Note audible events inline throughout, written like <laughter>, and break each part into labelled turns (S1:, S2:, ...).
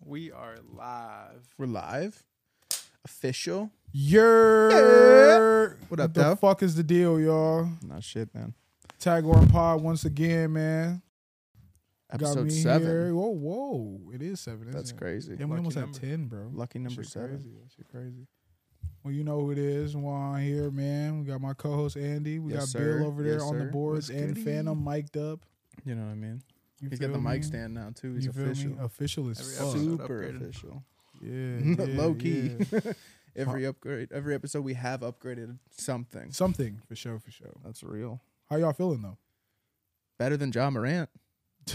S1: We are live.
S2: We're live. Official.
S1: Yer.
S2: What up,
S1: the
S2: though?
S1: fuck is the deal, y'all?
S2: Not shit, man.
S1: Tag on pod once again, man.
S2: Episode seven.
S1: Here. Whoa, whoa! It is seven. Isn't
S2: That's
S1: it?
S2: crazy.
S1: Damn, we
S3: Lucky
S1: almost
S3: number.
S1: at ten, bro.
S2: Lucky number
S1: Shit
S2: seven.
S1: Crazy. That shit crazy. Well, you know who it is. Juan here, man. We got my co-host Andy. We
S2: Yes,
S1: got
S2: sir.
S1: Bill over there
S2: Yes,
S1: on the
S2: sir.
S1: boards
S2: What's
S1: and
S2: goody?
S1: Phantom mic'd up.
S2: You know what I mean?
S1: You
S2: He's got the
S1: feel me?
S2: mic stand now too. He's
S1: you feel
S2: official.
S1: me? Official as
S3: Every
S1: fuck.
S3: episode.
S2: Super
S3: upgraded.
S2: official.
S1: Yeah, yeah,
S2: <laughs> Low key.
S1: yeah.
S2: every upgrade, every episode we have upgraded something.
S1: Something for sure, for sure.
S2: That's real.
S1: How y'all feeling though?
S2: Better than John Morant.
S1: <laughs>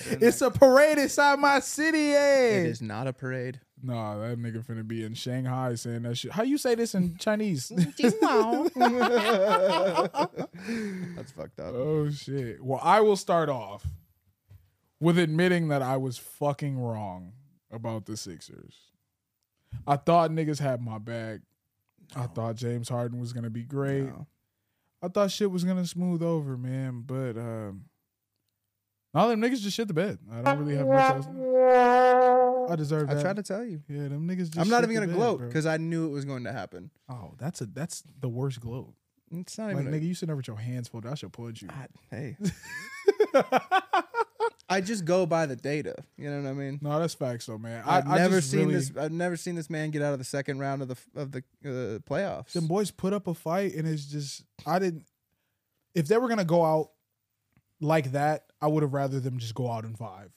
S1: it's a parade inside my city,
S2: It
S1: eh?
S2: is not a parade.
S1: Nah, that nigga finna be in Shanghai saying that shit. How you say this <laughs> in Chinese?
S2: That's fucked up.
S1: oh shit. Well, I will start off with admitting that I was fucking wrong about the Sixers. I thought niggas had my back. I thought James Harden was gonna be great.
S2: No.
S1: I thought shit was gonna smooth over, man. But um now them niggas just shit the bed. I don't really have much else. I deserve
S2: I
S1: that.
S2: tried to tell you.
S1: yeah, them niggas. Just
S2: I'm not
S1: shit
S2: even
S1: the
S2: gonna
S1: bed,
S2: gloat
S1: bro.
S2: because I knew it was going to happen.
S1: oh, that's a that's the worst gloat.
S2: It's not
S1: Like
S2: even.
S1: nigga, you sitting there with your hands folded. I should punch you.
S2: a, God, hey,
S1: <laughs>
S2: I just go by the data. You know what I mean?
S1: no, that's facts though, man. I,
S2: I've
S1: I
S2: never
S1: just
S2: seen
S1: really-
S2: this. I've never seen this man get out of the second round of the of the uh, playoffs.
S1: Them boys put up a fight, and it's just I didn't. If they were gonna go out like that, I would have rather them just go out in five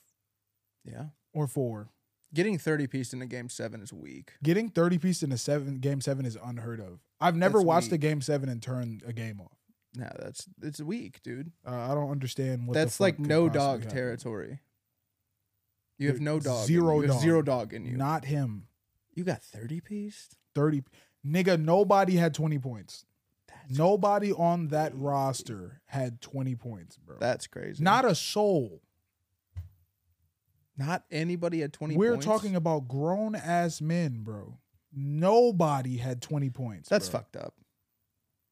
S2: yeah,
S1: or four.
S2: getting thirty piece in a game seven is weak.
S1: Getting thirty piece in a seven game seven is unheard of. I've never
S2: That's
S1: watched a
S2: weak.
S1: game seven and turned a game off.
S2: No, that's it's weak, dude.
S1: Uh, I don't understand what the
S2: that's
S1: fuck
S2: like
S1: could
S2: no
S1: possibly
S2: dog
S1: happen.
S2: territory. You have
S1: Dude,
S2: no dog. in you.
S1: zero
S2: You have
S1: dog.
S2: Zero dog in you.
S1: Not him.
S2: you got thirty piece.
S1: Thirty nigga. Nobody had twenty points.
S2: That's
S1: Nobody on that
S2: crazy.
S1: roster had twenty points, bro.
S2: That's crazy.
S1: Not a soul.
S2: not anybody at twenty.
S1: We're
S2: points?
S1: talking about grown ass men, bro. Nobody had 20 points.
S2: That's
S1: bro.
S2: fucked up.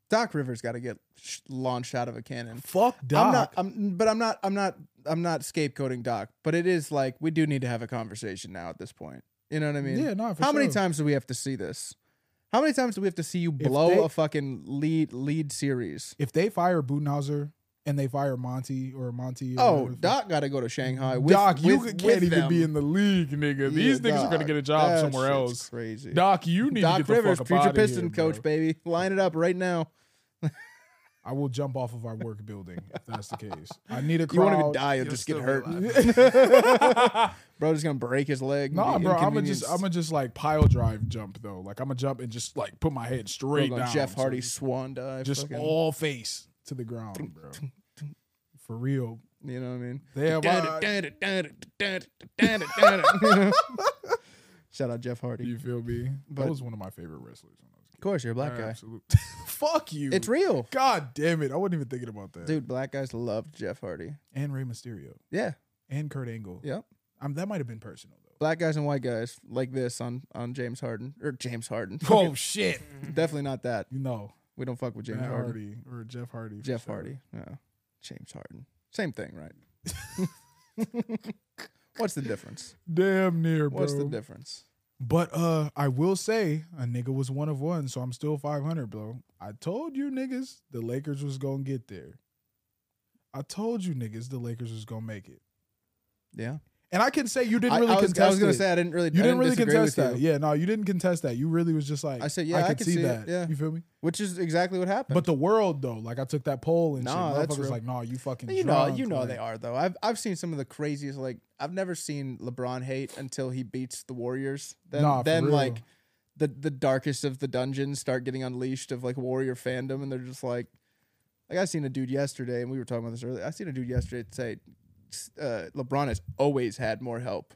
S2: Doc Rivers got to get sh- launched out of a cannon.
S1: Fuck Doc.
S2: I'm not, I'm, but I'm not, I'm not, I'm not scapegoating Doc. But it is like we do need to have a conversation now at this point. You know what I mean?
S1: yeah, no, for
S2: How many
S1: sure.
S2: times do we have to see this? How many times do we have to see you
S1: If
S2: blow
S1: they-
S2: a fucking lead lead series?
S1: If they fire Budenhauser and they fire Monty or Monty, or
S2: Oh,
S1: whatever the fuck-
S2: Doc got to go to Shanghai. With,
S1: Doc, you
S2: with-
S1: can't
S2: with
S1: even
S2: them.
S1: be in the league, nigga. These
S2: Yeah,
S1: niggas are gonna
S2: Doc,
S1: get a job
S2: that
S1: somewhere
S2: shit's
S1: else.
S2: Crazy.
S1: Doc, you need to
S2: Doc
S1: get
S2: Rivers,
S1: the fuck up
S2: future
S1: outta here,
S2: Piston
S1: bro.
S2: coach, baby, line it up right now.
S1: I will jump off of our work building if that's the case. I need a crowd.
S2: You won't even die. You'll,
S3: You'll
S2: just get
S3: still be
S2: hurt.
S3: alive.
S2: <laughs>
S1: <laughs>
S2: Bro, just gonna break his leg. and
S1: Nah,
S2: be
S1: bro, I'm gonna just
S2: inconvenienced.
S1: I'm gonna just like pile drive jump though. Like I'm gonna jump and just like put my
S2: Bro,
S1: head straight
S2: gonna
S1: down.
S2: Jeff
S1: so
S2: Hardy
S1: just-
S2: swan dive.
S1: just
S2: fucking-
S1: all face to the ground, bro. For real,
S2: you know what I mean.
S1: they have. eyes.
S2: Shout out Jeff Hardy.
S1: you feel me? That
S2: But-
S1: was one of my favorite wrestlers when I was a
S2: Of
S1: kid.
S2: course, you're a black guy.
S1: Absolute. <laughs> Fuck you.
S2: It's real,
S1: God damn it! I wasn't even thinking about that.
S2: dude. Black guys loved Jeff Hardy.
S1: And Rey Mysterio
S2: Yeah,
S1: and Kurt Angle.
S2: yep.
S1: Um, that might have been personal though.
S2: Black guys and white guys like this on on James Harden or James
S1: <laughs>
S2: Harden.
S1: Oh shit!
S2: Definitely not that.
S1: You know,
S2: We don't fuck with James
S1: Matt
S2: Harden.
S1: Hardy or Jeff Hardy. for
S2: Jeff
S1: sure.
S2: Hardy. No, James Harden. Same thing, right?
S1: <laughs>
S2: <laughs> What's the difference?
S1: Damn near, bro.
S2: What's the difference?
S1: But uh, I will say a nigga was one of one, so I'm still 500, bro. I told you niggas the Lakers was gonna get there. I told you niggas the Lakers was gonna make it,
S2: Yeah,
S1: and I can say you
S2: I-
S1: didn't really
S2: I, was,
S1: contest.
S2: I was gonna
S1: it.
S2: say I didn't really.
S1: you
S2: I
S1: didn't really
S2: disagree
S1: contest
S2: with
S1: that.
S2: you,
S1: Yeah, no, you didn't contest that. You really was just like
S2: I said, yeah, I
S1: could
S2: can
S1: see,
S2: see it,
S1: that.
S2: yeah.
S1: you feel me?
S2: which is exactly what happened.
S1: But the world though, like I took that poll and
S2: Nah,
S1: shit.
S2: that's
S1: Motherfuckers
S2: real.
S1: like, no, you fucking.
S2: You know,
S1: drunk,
S2: you know
S1: like,
S2: they are though. I've I've seen some of the craziest. Like I've never seen LeBron hate until he beats the Warriors. Then
S1: Nah, for
S2: then
S1: real.
S2: like the the darkest of the dungeons start getting unleashed of like Warrior fandom, and they're just like, like I seen a dude yesterday, and we were talking about this earlier. I seen a dude yesterday say, uh, LeBron has always had more help.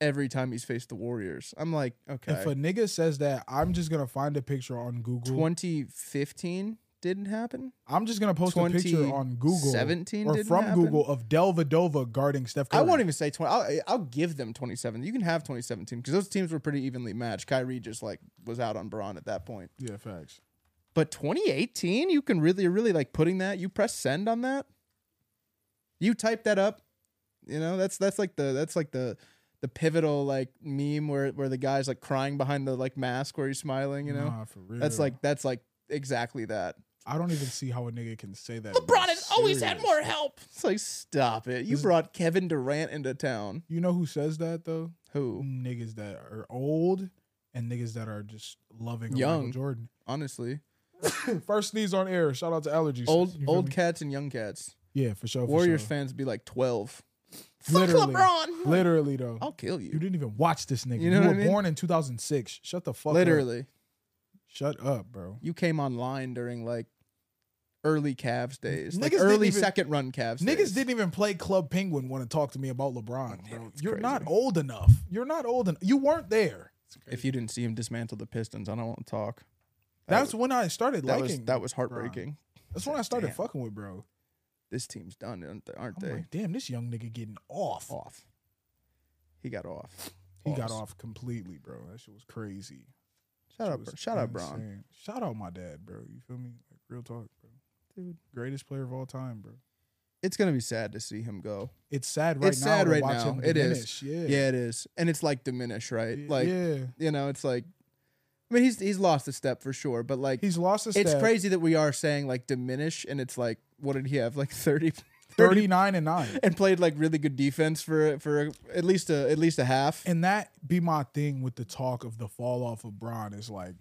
S2: Every time he's faced the Warriors, I'm like, okay,
S1: If a nigga says that, I'm just gonna find a picture on Google.
S2: 2015 didn't happen.
S1: I'm just gonna post a picture on Google
S2: 2017
S1: or
S2: didn't
S1: from
S2: happen?
S1: Google of Delvadova guarding Steph Curry.
S2: I won't even say 20. I'll, eh, I'll give them 27. You can have 2017 because those teams were pretty evenly matched. Kyrie just like was out on Braun at that point.
S1: Yeah, facts.
S2: But 2018, you can really, really like putting that. You press send on that. You type that up. You know, that's that's like the that's like the the pivotal like meme where where the guy's like crying behind the like mask where he's smiling. You know,
S1: Nah, for real.
S2: that's like that's like exactly that.
S1: I don't even see how a nigga can say that. and be
S2: LeBron has always had
S1: serious.
S2: more help. It's like stop it. You
S1: This-
S2: brought Kevin Durant into town.
S1: You know who says that though?
S2: Who
S1: Niggas that are old and niggas that are just loving on
S2: Young.
S1: Michael Jordan.
S2: honestly
S1: First sneeze on air. Shout out to allergies.
S2: old
S1: You feel
S2: old
S1: me?
S2: cats and young cats.
S1: yeah, for sure. For
S2: Warriors
S1: sure.
S2: fans be like twelve.
S1: Literally.
S2: LeBron.
S1: Literally though.
S2: I'll kill you.
S1: You didn't even watch this nigga.
S2: You
S1: You,
S2: know what
S1: were
S2: I mean?
S1: born in 2006. Shut the fuck up.
S2: Literally,
S1: Shut up, bro.
S2: you came online during like early Cavs days, like
S1: Niggas didn't
S2: early
S1: even-
S2: second run Cavs. days.
S1: Niggas didn't even play Club Penguin want to talk to me about LeBron, bro.
S2: it's
S1: You're
S2: crazy.
S1: not old enough. You're not old enough. You weren't there.
S2: If you didn't see him dismantle the Pistons, I don't want to talk. That
S1: That's when I started
S2: That was
S1: liking.
S2: that was heartbreaking.
S1: That's when I started
S2: Damn.
S1: fucking with bro.
S2: This team's done, aren't they? Aren't
S1: I'm
S2: they?
S1: like, damn, this young nigga getting off.
S2: Off. He got off.
S1: He got
S2: Pause.
S1: off completely, bro. That shit was crazy.
S2: Shout
S1: Shit
S2: out,
S1: was
S2: bro. shout out, Bron.
S1: insane. Shout out my dad, bro. You feel me? Like real talk, bro.
S2: Dude.
S1: greatest player of all time, bro.
S2: It's gonna be sad to see him go.
S1: It's sad right
S2: It's
S1: now.
S2: sad
S1: to
S2: right
S1: watch
S2: now.
S1: him
S2: It is.
S1: diminish. Yeah.
S2: Yeah. it is, and it's like diminish, right?
S1: Yeah.
S2: Like
S1: yeah.
S2: you know, it's like, I mean, he's he's lost a step for sure, but like
S1: He's lost a step.
S2: it's crazy that we are saying like diminish, and it's like, what did he have like <laughs> 30, 30
S1: Thirty-nine and nine.
S2: and played like really good defense for for at least a at least a half.
S1: And that be my thing with the talk of the fall off of Bron is like,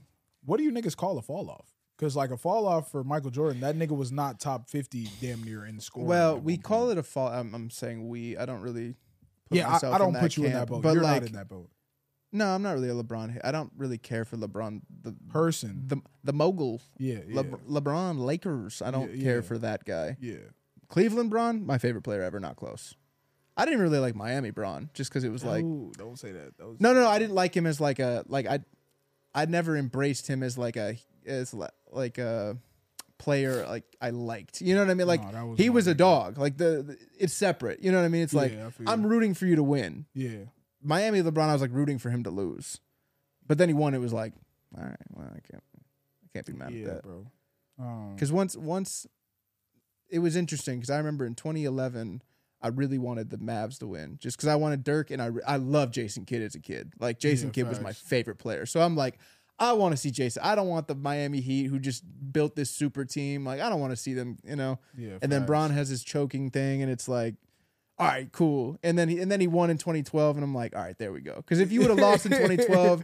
S1: what do you niggas call a fall off? Because like a fall off for Michael Jordan, that nigga was not top fifty damn near in scoring.
S2: Well, we call it a fall. I'm, I'm saying we. I don't really. Put
S1: Yeah,
S2: myself
S1: I, I don't
S2: that
S1: put you in that
S2: camp,
S1: boat.
S2: But
S1: You're
S2: like,
S1: not in that boat.
S2: no, I'm not really a LeBron. hate. I don't really care for LeBron. The
S1: Person.
S2: the the mogul.
S1: Yeah. Yeah.
S2: Lebr- LeBron Lakers. I don't
S1: Yeah,
S2: care
S1: yeah.
S2: for that guy.
S1: yeah.
S2: Cleveland Braun, my favorite player ever. Not close. I didn't really like Miami Braun just because it was like
S1: Ooh, don't say that. That was-
S2: no, no, no. I didn't like him as like a like I, I never embraced him as like a as li- like a player like I liked. You know what I mean? Like
S1: No, that was
S2: he
S1: my
S2: was a
S1: nigga.
S2: dog. Like the, the- it's separate. You know what I mean? It's like
S1: Yeah, I feel
S2: I'm
S1: you.
S2: rooting for you to win.
S1: Yeah.
S2: Miami LeBron, I was like rooting for him to lose, but then he won. It was like all right, well I can't I can't be mad at
S1: Yeah,
S2: that
S1: bro. Um,
S2: because once once it was interesting because I remember in 2011 I really wanted the Mavs to win just because I wanted Dirk and I re- I love Jason Kidd as a kid like Jason
S1: Yeah,
S2: Kidd was my
S1: facts.
S2: favorite player so I'm like I want to see Jason I don't want the Miami Heat who just built this super team like I don't want to see them you know
S1: yeah,
S2: and then
S1: facts.
S2: Braun has his choking thing and it's like. All right, cool. And then he, and then he won in 2012, and I'm like, all right, there we go. Because if you would have lost
S1: <laughs>
S2: in 2012,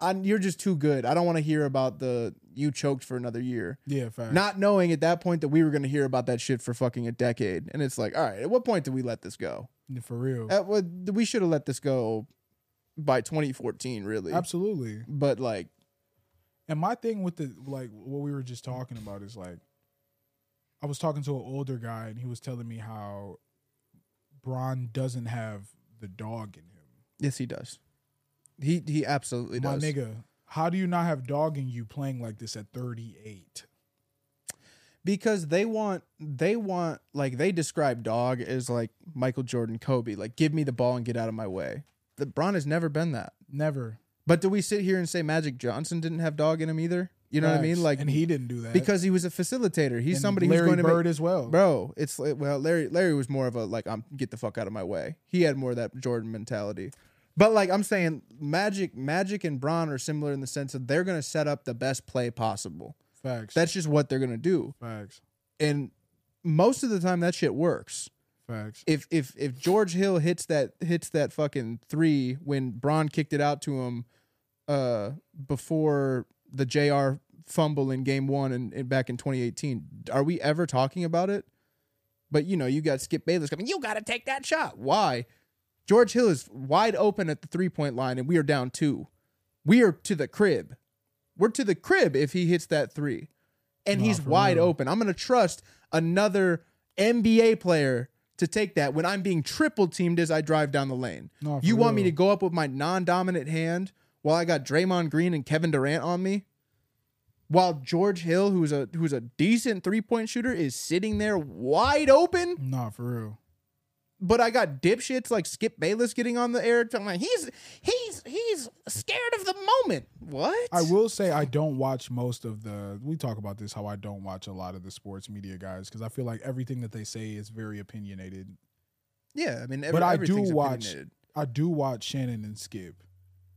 S2: i you're just too good. I don't want to hear about the you choked for another year
S1: Yeah, fact.
S2: not knowing at that point that we were going to hear about that shit for fucking a decade. And it's like, all right, at what point did we let this go?
S1: for real.
S2: At what we should have let this go by 2014, really.
S1: Absolutely.
S2: But like,
S1: And my thing with the like what we were just talking about is like I was talking to an older guy and he was telling me how Braun doesn't have the dog in him.
S2: yes, he does. He he absolutely
S1: My
S2: does.
S1: nigga, how do you not have dog in you playing like this at 38?
S2: Because they want they want like they describe dog as like Michael Jordan, Kobe, like give me the ball and get out of my way. The Bron has never been that.
S1: Never.
S2: But do we sit here and say Magic Johnson didn't have dog in him either? You know what I mean?
S1: Facts.
S2: Like
S1: and he didn't do that.
S2: because he was a facilitator. He's
S1: And
S2: somebody
S1: Larry
S2: who's going to make
S1: Bird as well.
S2: bro it's like well larry larry was more of a like i'm get the fuck out of my way he had more of that jordan mentality but like i'm saying magic magic and braun are similar in the sense that they're going to set up the best play possible
S1: Facts.
S2: that's just what they're going to do
S1: facts.
S2: and most of the time that shit works
S1: Facts.
S2: if if if george hill hits that hits that fucking three when braun kicked it out to him uh before the jr fumble in game one and, and back in 2018 are we ever talking about it but you know, you got Skip Bayless coming. You got to take that shot. Why? George Hill is wide open at the three point line, and we are down two. We are to the crib. We're to the crib if he hits that three, and
S1: Nah,
S2: he's
S1: for
S2: wide
S1: real.
S2: open. I'm going to trust another NBA player to take that when I'm being triple teamed as I drive down the lane.
S1: Nah, Oh, for
S2: you want me
S1: real.
S2: to go up with my non dominant hand while I got Draymond Green and Kevin Durant on me? While George Hill, who's a who's a decent three point shooter, is sitting there wide open
S1: Nah, for real.
S2: but I got dipshits like Skip Bayless getting on the air. I'm like, he's he's he's scared of the moment. What?
S1: I will say I don't watch most of the. We talk about this how I don't watch a lot of the sports media guys because I feel like everything that they say is very opinionated,
S2: Yeah, I mean, every,
S1: But I do
S2: everything's
S1: watch-
S2: opinionated.
S1: I do watch Shannon and Skip.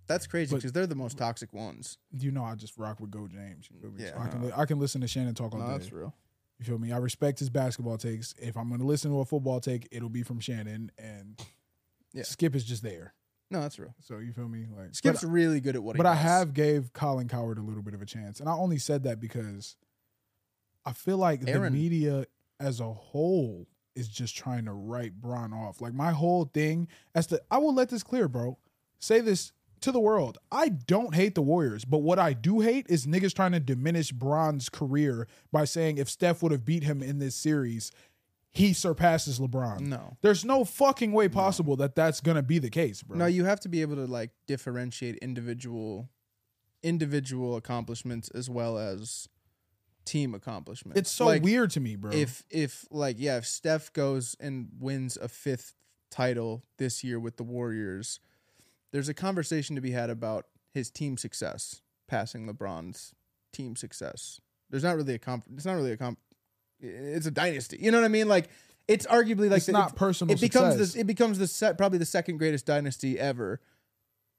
S2: That's crazy
S1: but-
S2: because they're the most toxic ones.
S1: You know, I just rock with Go James. You feel me? So
S2: Yeah.
S1: I can li- I can listen to Shannon talk all
S2: No,
S1: day.
S2: that's real.
S1: You feel me? I respect his basketball takes. If I'm gonna listen to a football take, it'll be from Shannon and
S2: Yeah.
S1: Skip is just there.
S2: No, that's real.
S1: So you feel me? Like
S2: Skip's really good at what he
S1: but I
S2: does.
S1: have gave Colin Coward a little bit of a chance, and I only said that because I feel like
S2: Aaron-
S1: the media as a whole is just trying to write Bron off. Like my whole thing as to I will let this clear, bro. Say this to the world. I don't hate the Warriors, but what I do hate is niggas trying to diminish Bron's career by saying if Steph would have beat him in this series, he surpasses LeBron.
S2: No.
S1: There's no fucking way possible that that's gonna be the case, bro.
S2: No, you have to be able to like differentiate individual individual accomplishments as well as team accomplishments.
S1: it's so
S2: Like,
S1: weird to me, bro.
S2: If if like yeah, if Steph goes and wins a fifth title this year with the Warriors, there's a conversation to be had about his team success passing LeBron's team success. There's not really a comp. It's not really a comp. It's a dynasty. You know what I mean? Like it's arguably like
S1: it's
S2: the-
S1: not personal.
S2: it becomes
S1: success.
S2: this it becomes the se- probably the second greatest dynasty ever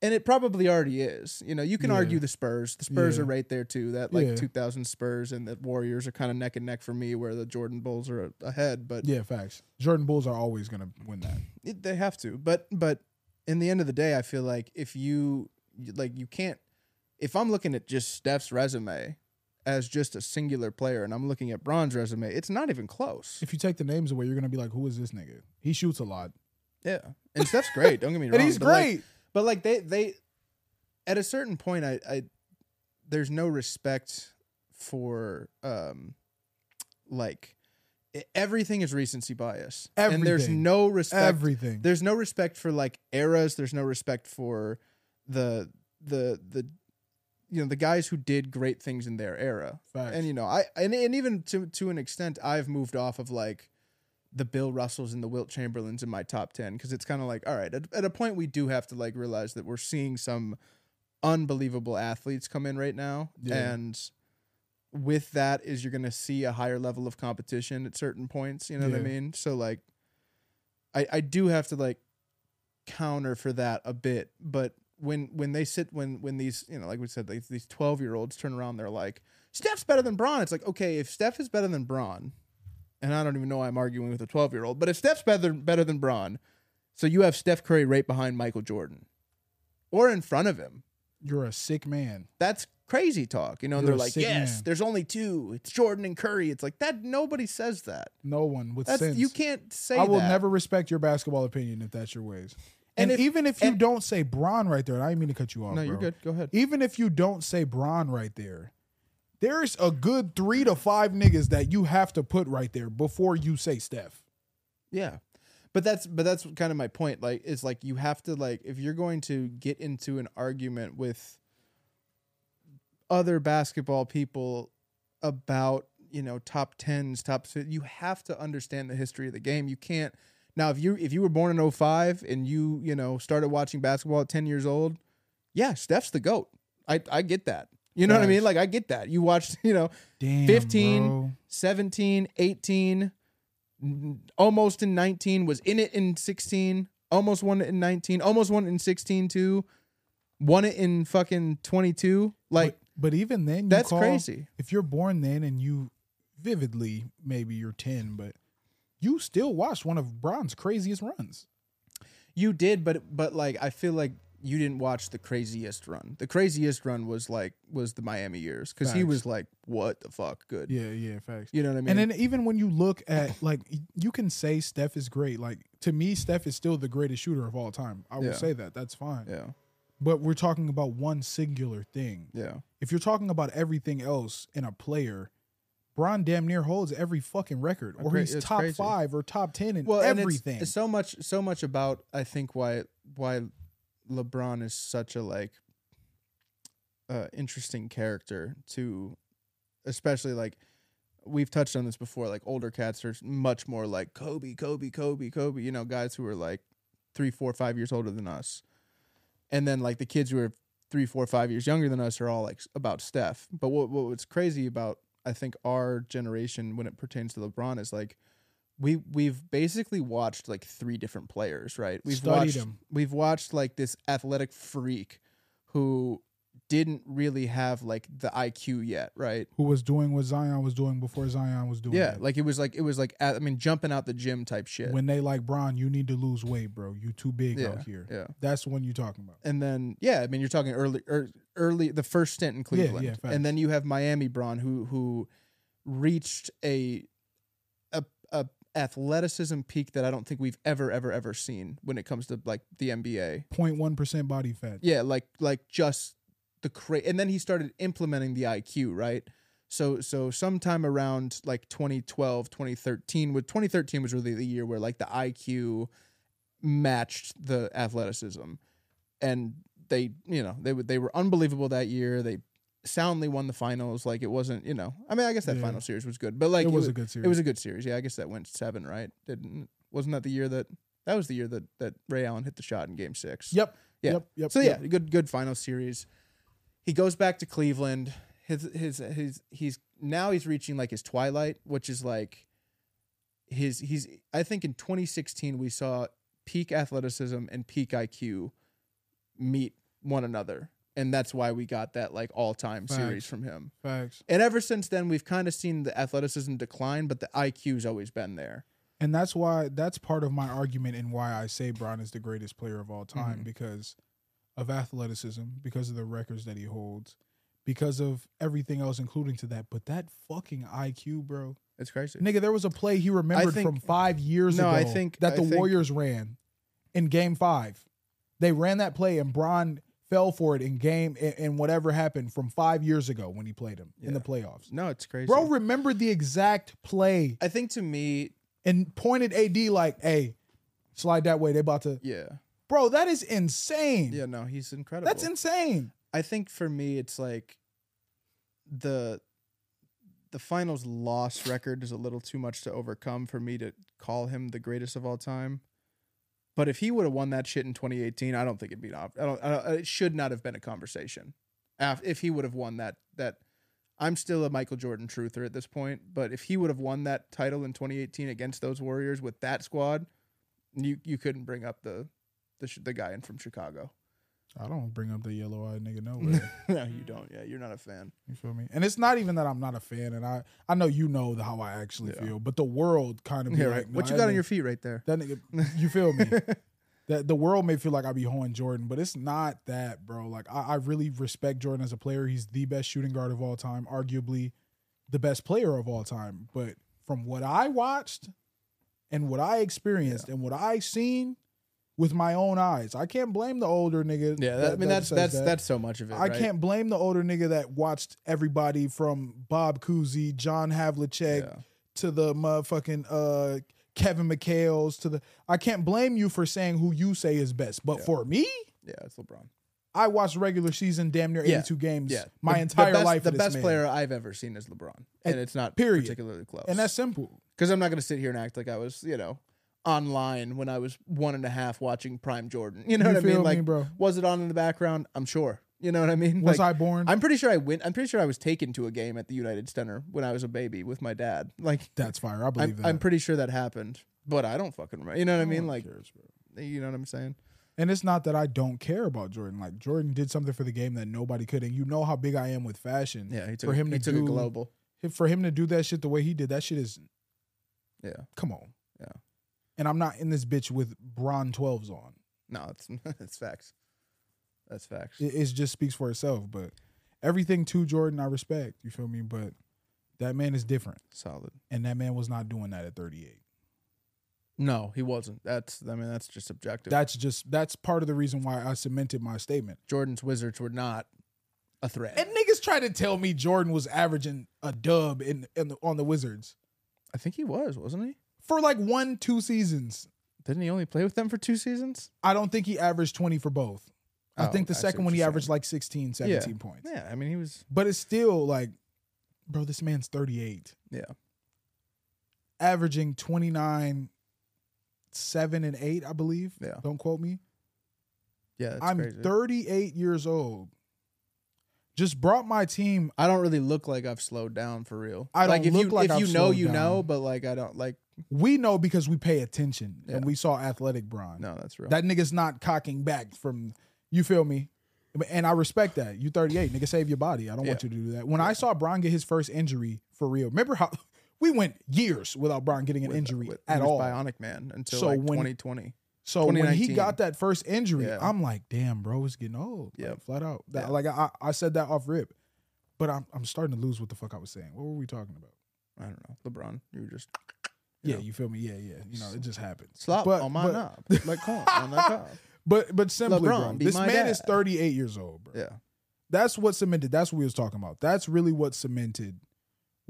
S2: and it probably already is you know you can
S1: Yeah.
S2: argue the spurs the spurs
S1: Yeah.
S2: are right there too that like
S1: Yeah.
S2: 2000 spurs and the warriors are kind of neck and neck for me where the jordan bulls are a- ahead but
S1: Yeah, facts. Jordan Bulls are always gonna win that.
S2: it, they have to but but in the end of the day i feel like if you like you can't if i'm looking at just steph's resume as just a singular player and i'm looking at bron's resume it's not even close
S1: If you take the names away, you're gonna be like, "Who is this nigga? He shoots a lot,
S2: yeah and steph's great don't get me wrong
S1: <laughs> and he's
S2: but, like,
S1: great."
S2: But like they they at a certain point I, I there's no respect for um like e- everything is recency bias. And there's
S1: Everything.
S2: no respect
S1: Everything.
S2: there's no respect for like eras, there's no respect for the the the you know the guys who did great things in their era
S1: Facts.
S2: and you know i and, and even to to an extent i've moved off of like the bill russells and the wilt chamberlains in my top 10 because it's kind of like all right at, at a point we do have to like realize that we're seeing some unbelievable athletes come in right now
S1: Yeah.
S2: and with that is you're going to see a higher level of competition at certain points you know what i
S1: Yeah.
S2: mean so like i i do have to like counter for that a bit but when when they sit when when these you know like we said like these 12 year olds turn around they're like steph's better than braun it's like okay if steph is better than braun and i don't even know why i'm arguing with a 12 year old but if steph's better better than braun so you have steph curry right behind michael jordan or in front of him
S1: you're a sick man.
S2: that's crazy talk you know and
S1: You're
S2: they're
S1: a
S2: like
S1: sick
S2: yes
S1: man."
S2: there's only two it's jordan and curry it's like that nobody says that
S1: No one with
S2: that's
S1: sense.
S2: you can't say
S1: I will
S2: that.
S1: never respect your basketball opinion if that's your ways.
S2: And if-
S1: And, even if you
S2: and-
S1: don't say Braun right there, and I didn't mean to cut you off.
S2: no you're
S1: bro.
S2: good go ahead
S1: Even if you don't say Braun right there, there's a good three to five niggas that you have to put right there before you say Steph.
S2: Yeah. But that's but that's kind of my point. Like is like you have to like if you're going to get into an argument with other basketball people about, you know, top tens, top fi- you have to understand the history of the game. You can't now if you if you were born in 05 and you, you know, started watching basketball at 10 years old, yeah, Steph's the GOAT. I I get that. You know what I mean?
S1: Facts.
S2: Like I get that. You watched, <laughs> you know,
S1: Damn,
S2: 15,
S1: bro.
S2: 17, 18, n- almost in 19, was in it in 16, almost won it in 19, almost won it in 16 too, won it in fucking 22. Like,
S1: but, but even then, you
S2: that's
S1: call-
S2: crazy.
S1: If you're born then and you vividly, maybe you're ten, but you still watched one of Braun's craziest runs.
S2: You did, but but like I feel like you didn't watch the craziest run. The craziest run was like was the Miami years because he
S1: Facts.
S2: was like, what the fuck, good.
S1: Yeah, yeah, facts.
S2: You know what I mean?
S1: And then even when you look at like y- you can say Steph is great. Like to me, Steph is still the greatest shooter of all time. I will
S2: Yeah.
S1: say that. That's fine.
S2: yeah,
S1: But we're talking about one singular thing.
S2: yeah,
S1: If you're talking about everything else in a player, Bron damn near holds every fucking record, or
S2: Agree-
S1: he's
S2: it's
S1: top
S2: crazy.
S1: five or top ten
S2: and
S1: in
S2: it's-
S1: everything.
S2: It's, so much, so much about I think why why LeBron is such a like uh, interesting character to, especially like we've touched on this before. Like older cats are much more like Kobe, Kobe, Kobe, Kobe. You know, guys who are like three, four, five years older than us, and then like the kids who are three, four, five years younger than us are all like s- about Steph. But what what- what's crazy about I think our generation when it pertains to LeBron is like we we've basically watched like three different players, right? We've
S1: Studied
S2: watched
S1: 'em.
S2: we've watched like this athletic freak who didn't really have like the IQ yet, right?
S1: Who was doing what Zion was doing before Zion was doing
S2: yeah,
S1: it.
S2: like it was like it was like at, I mean jumping out the gym type shit.
S1: when they like Bron, you need to lose weight, bro. You too big
S2: yeah,
S1: out here.
S2: yeah.
S1: That's the one you talking about.
S2: And then yeah, I mean you're talking early ear- early the first stint in Cleveland.
S1: yeah, facts.
S2: and then you have Miami Braun who who reached a a a athleticism peak that I don't think we've ever ever ever seen when it comes to like the NBA.
S1: 0.1 percent body fat.
S2: Yeah, like like just the cra- and then he started implementing the IQ, right? So so sometime around like 2012, 2013, with 2013 was really the year where like the IQ matched the athleticism. And they, you know, they would they were unbelievable that year. They soundly won the finals. Like it wasn't, you know. I mean, I guess that
S1: Yeah.
S2: final series was good, but like
S1: it was
S2: wa-
S1: a good series.
S2: it was a good series. Yeah, I guess that went 7, right? Didn't wasn't that the year that that was the year that that Ray Allen hit the shot in game 6.
S1: yep.
S2: Yeah.
S1: Yep. Yep.
S2: So yeah,
S1: yep.
S2: good good final series. He goes back to Cleveland. His his his he's now he's reaching like his twilight, which is like his he's I think in 2016 we saw peak athleticism and peak IQ meet one another. And that's why we got that like all-time series
S1: Facts.
S2: from him.
S1: Facts.
S2: And ever since then we've kind of seen the athleticism decline, but the IQ's always been there.
S1: And that's why that's part of my argument and why I say Bron is the greatest player of all time
S2: Mhm.
S1: because of athleticism, because of the records that he holds, because of everything else including to that. But that fucking IQ, bro.
S2: It's crazy.
S1: Nigga, there was a play he remembered
S2: think-
S1: from 5 years
S2: No,
S1: ago
S2: I think-
S1: that
S2: I
S1: the
S2: think-
S1: Warriors ran in game 5. They ran that play and Bron fell for it in game and, and whatever happened from 5 years ago when he played him in the
S2: Yeah.
S1: playoffs.
S2: No, it's crazy.
S1: Bro remembered the exact play
S2: I think to me,
S1: and pointed AD like, "Hey, slide that way. They about to."
S2: yeah.
S1: Bro, that is insane.
S2: Yeah, no, he's incredible.
S1: That's insane.
S2: I think for me, it's like the the finals loss record is a little too much to overcome for me to call him the greatest of all time. But if he would have won that shit in 2018, I don't think it'd be. an op- I don't. I don't it should not have been a conversation. Af- If he would have won that, that I'm still a Michael Jordan truther at this point. But if he would have won that title in 2018 against those Warriors with that squad, you you couldn't bring up the the, sh- the guy in from Chicago. <laughs>
S1: I don't bring up the yellow eyed nigga <laughs> nowhere.
S2: no, you don't. Yeah, you're not a fan.
S1: you feel me? And it's not even that I'm not a fan, and I I know you know the- how I actually
S2: Yeah.
S1: feel, but the world kind of be
S2: Yeah,
S1: like,
S2: right.
S1: no,
S2: What you
S1: that
S2: got on
S1: nigga-
S2: your feet right <laughs> there?
S1: that nigga, you feel
S2: <laughs>
S1: me? that the world may feel like I be hoeing Jordan, but it's not that, bro. Like I, I really respect Jordan as a player. He's the best shooting guard of all time, arguably the best player of all time. But from what I watched and what I experienced and what I seen with my own eyes, I can't blame the older nigga.
S2: yeah,
S1: that-
S2: that, I mean
S1: that
S2: that's
S1: says
S2: that's
S1: that.
S2: that's so much of it.
S1: I can't blame the older nigga that watched everybody from Bob Cousy, John Havlicek, to the motherfucking uh Kevin McHale's to the I can't blame you for saying who you say is best, but
S2: Yeah.
S1: for me,
S2: Yeah, it's LeBron.
S1: I watched regular season damn near
S2: Yeah.
S1: 82 games
S2: Yeah,
S1: my
S2: The- the
S1: entire
S2: best-
S1: life.
S2: The
S1: of this
S2: best
S1: man.
S2: player I've ever seen is LeBron, and, it's not
S1: period.
S2: particularly close.
S1: And that's simple.
S2: because I'm not going to sit here and act like I was, you know, online when I was one and a half watching Prime Jordan. You know
S1: You
S2: what I
S1: feel
S2: mean?
S1: me,
S2: Like,
S1: bro?
S2: was it on in the background? I'm sure. You know what I mean?
S1: Was
S2: like,
S1: I born?
S2: I'm pretty sure I went. I'm pretty sure I was taken to a game at the United Center when I was a baby with my dad. Like,
S1: that's fire. I
S2: I'm,
S1: believe that. Oh,
S2: I'm pretty sure that happened, but I don't fucking remember. You know what I
S1: No
S2: mean?
S1: one
S2: Like,
S1: cares, bro.
S2: you know what I'm saying?
S1: and it's not that I don't care about Jordan. Like Jordan did something for the game that nobody could, and you know how big I am with fashion.
S2: Yeah, he
S1: took For a- him he to took a do-
S2: global.
S1: global. For him to do that shit the way he did, that shit is
S2: Yeah,
S1: come on.
S2: Yeah.
S1: And I'm not in this bitch with Bron 12s on.
S2: no, it's <laughs> it's facts. That's facts.
S1: it, it just speaks for itself. But everything to Jordan, I respect. You feel me? But that man is different,
S2: Solid.
S1: and that man was not doing that at 38.
S2: No, he wasn't. That's I mean that's just subjective.
S1: That's just that's part of the reason why I cemented my statement.
S2: Jordan's Wizards were not a threat.
S1: And niggas tried to tell me Jordan was averaging a dub in, in the, on the Wizards
S2: I think he was, wasn't he?
S1: for like one two seasons.
S2: Didn't he only play with them for two seasons?
S1: I don't think he averaged 20 for both. I
S2: Oh,
S1: think the
S2: I see
S1: second
S2: what
S1: one he
S2: you're
S1: averaged
S2: saying.
S1: like 16, 17 points.
S2: Yeah, I mean he was.
S1: But it's still like, bro, this man's 38.
S2: Yeah.
S1: Averaging 29, 7, and 8, I believe.
S2: Yeah.
S1: Don't quote me.
S2: Yeah, that's
S1: I'm
S2: crazy.
S1: 38 years old. just brought my team.
S2: I don't really look like I've slowed down for real.
S1: I
S2: like
S1: don't
S2: if you
S1: look like
S2: if
S1: I've
S2: you know
S1: slowed
S2: you know,
S1: down.
S2: but like I don't like
S1: We know because we pay attention and
S2: Yeah.
S1: we saw athletic Bron.
S2: no, that's real.
S1: That nigga's not cocking back from you feel me? And I respect that. You 38, nigga, save your body. I don't want you to do that. When I saw Bron get his first injury for real, remember how <laughs> we went years without Bron getting an
S2: With- uh,
S1: injury
S2: with-
S1: at
S2: he was
S1: all.
S2: Bionic Man until
S1: So
S2: like
S1: when-
S2: 2020.
S1: So when he
S2: 2019.
S1: got that first injury,
S2: Yeah.
S1: I'm like, damn, bro, it's getting old. Yeah,
S2: Yep.
S1: flat out. That,
S2: Yeah.
S1: Like I, I said that off rip, but I'm I'm starting to lose what the fuck I was saying. What were we talking about?
S2: I don't know. LeBron, you were just
S1: Yeah,
S2: You know.
S1: you feel me? Yeah, yeah. You know, it just happens.
S2: slap
S1: But-
S2: on my
S1: but-
S2: knob, like corn on
S1: <laughs>
S2: that knob.
S1: But but simply,
S2: LeBron,
S1: bro,
S2: be
S1: this
S2: my
S1: man is
S2: dad.
S1: 38 years old, bro.
S2: Yeah,
S1: That's what cemented. That's what we was talking about. That's really what cemented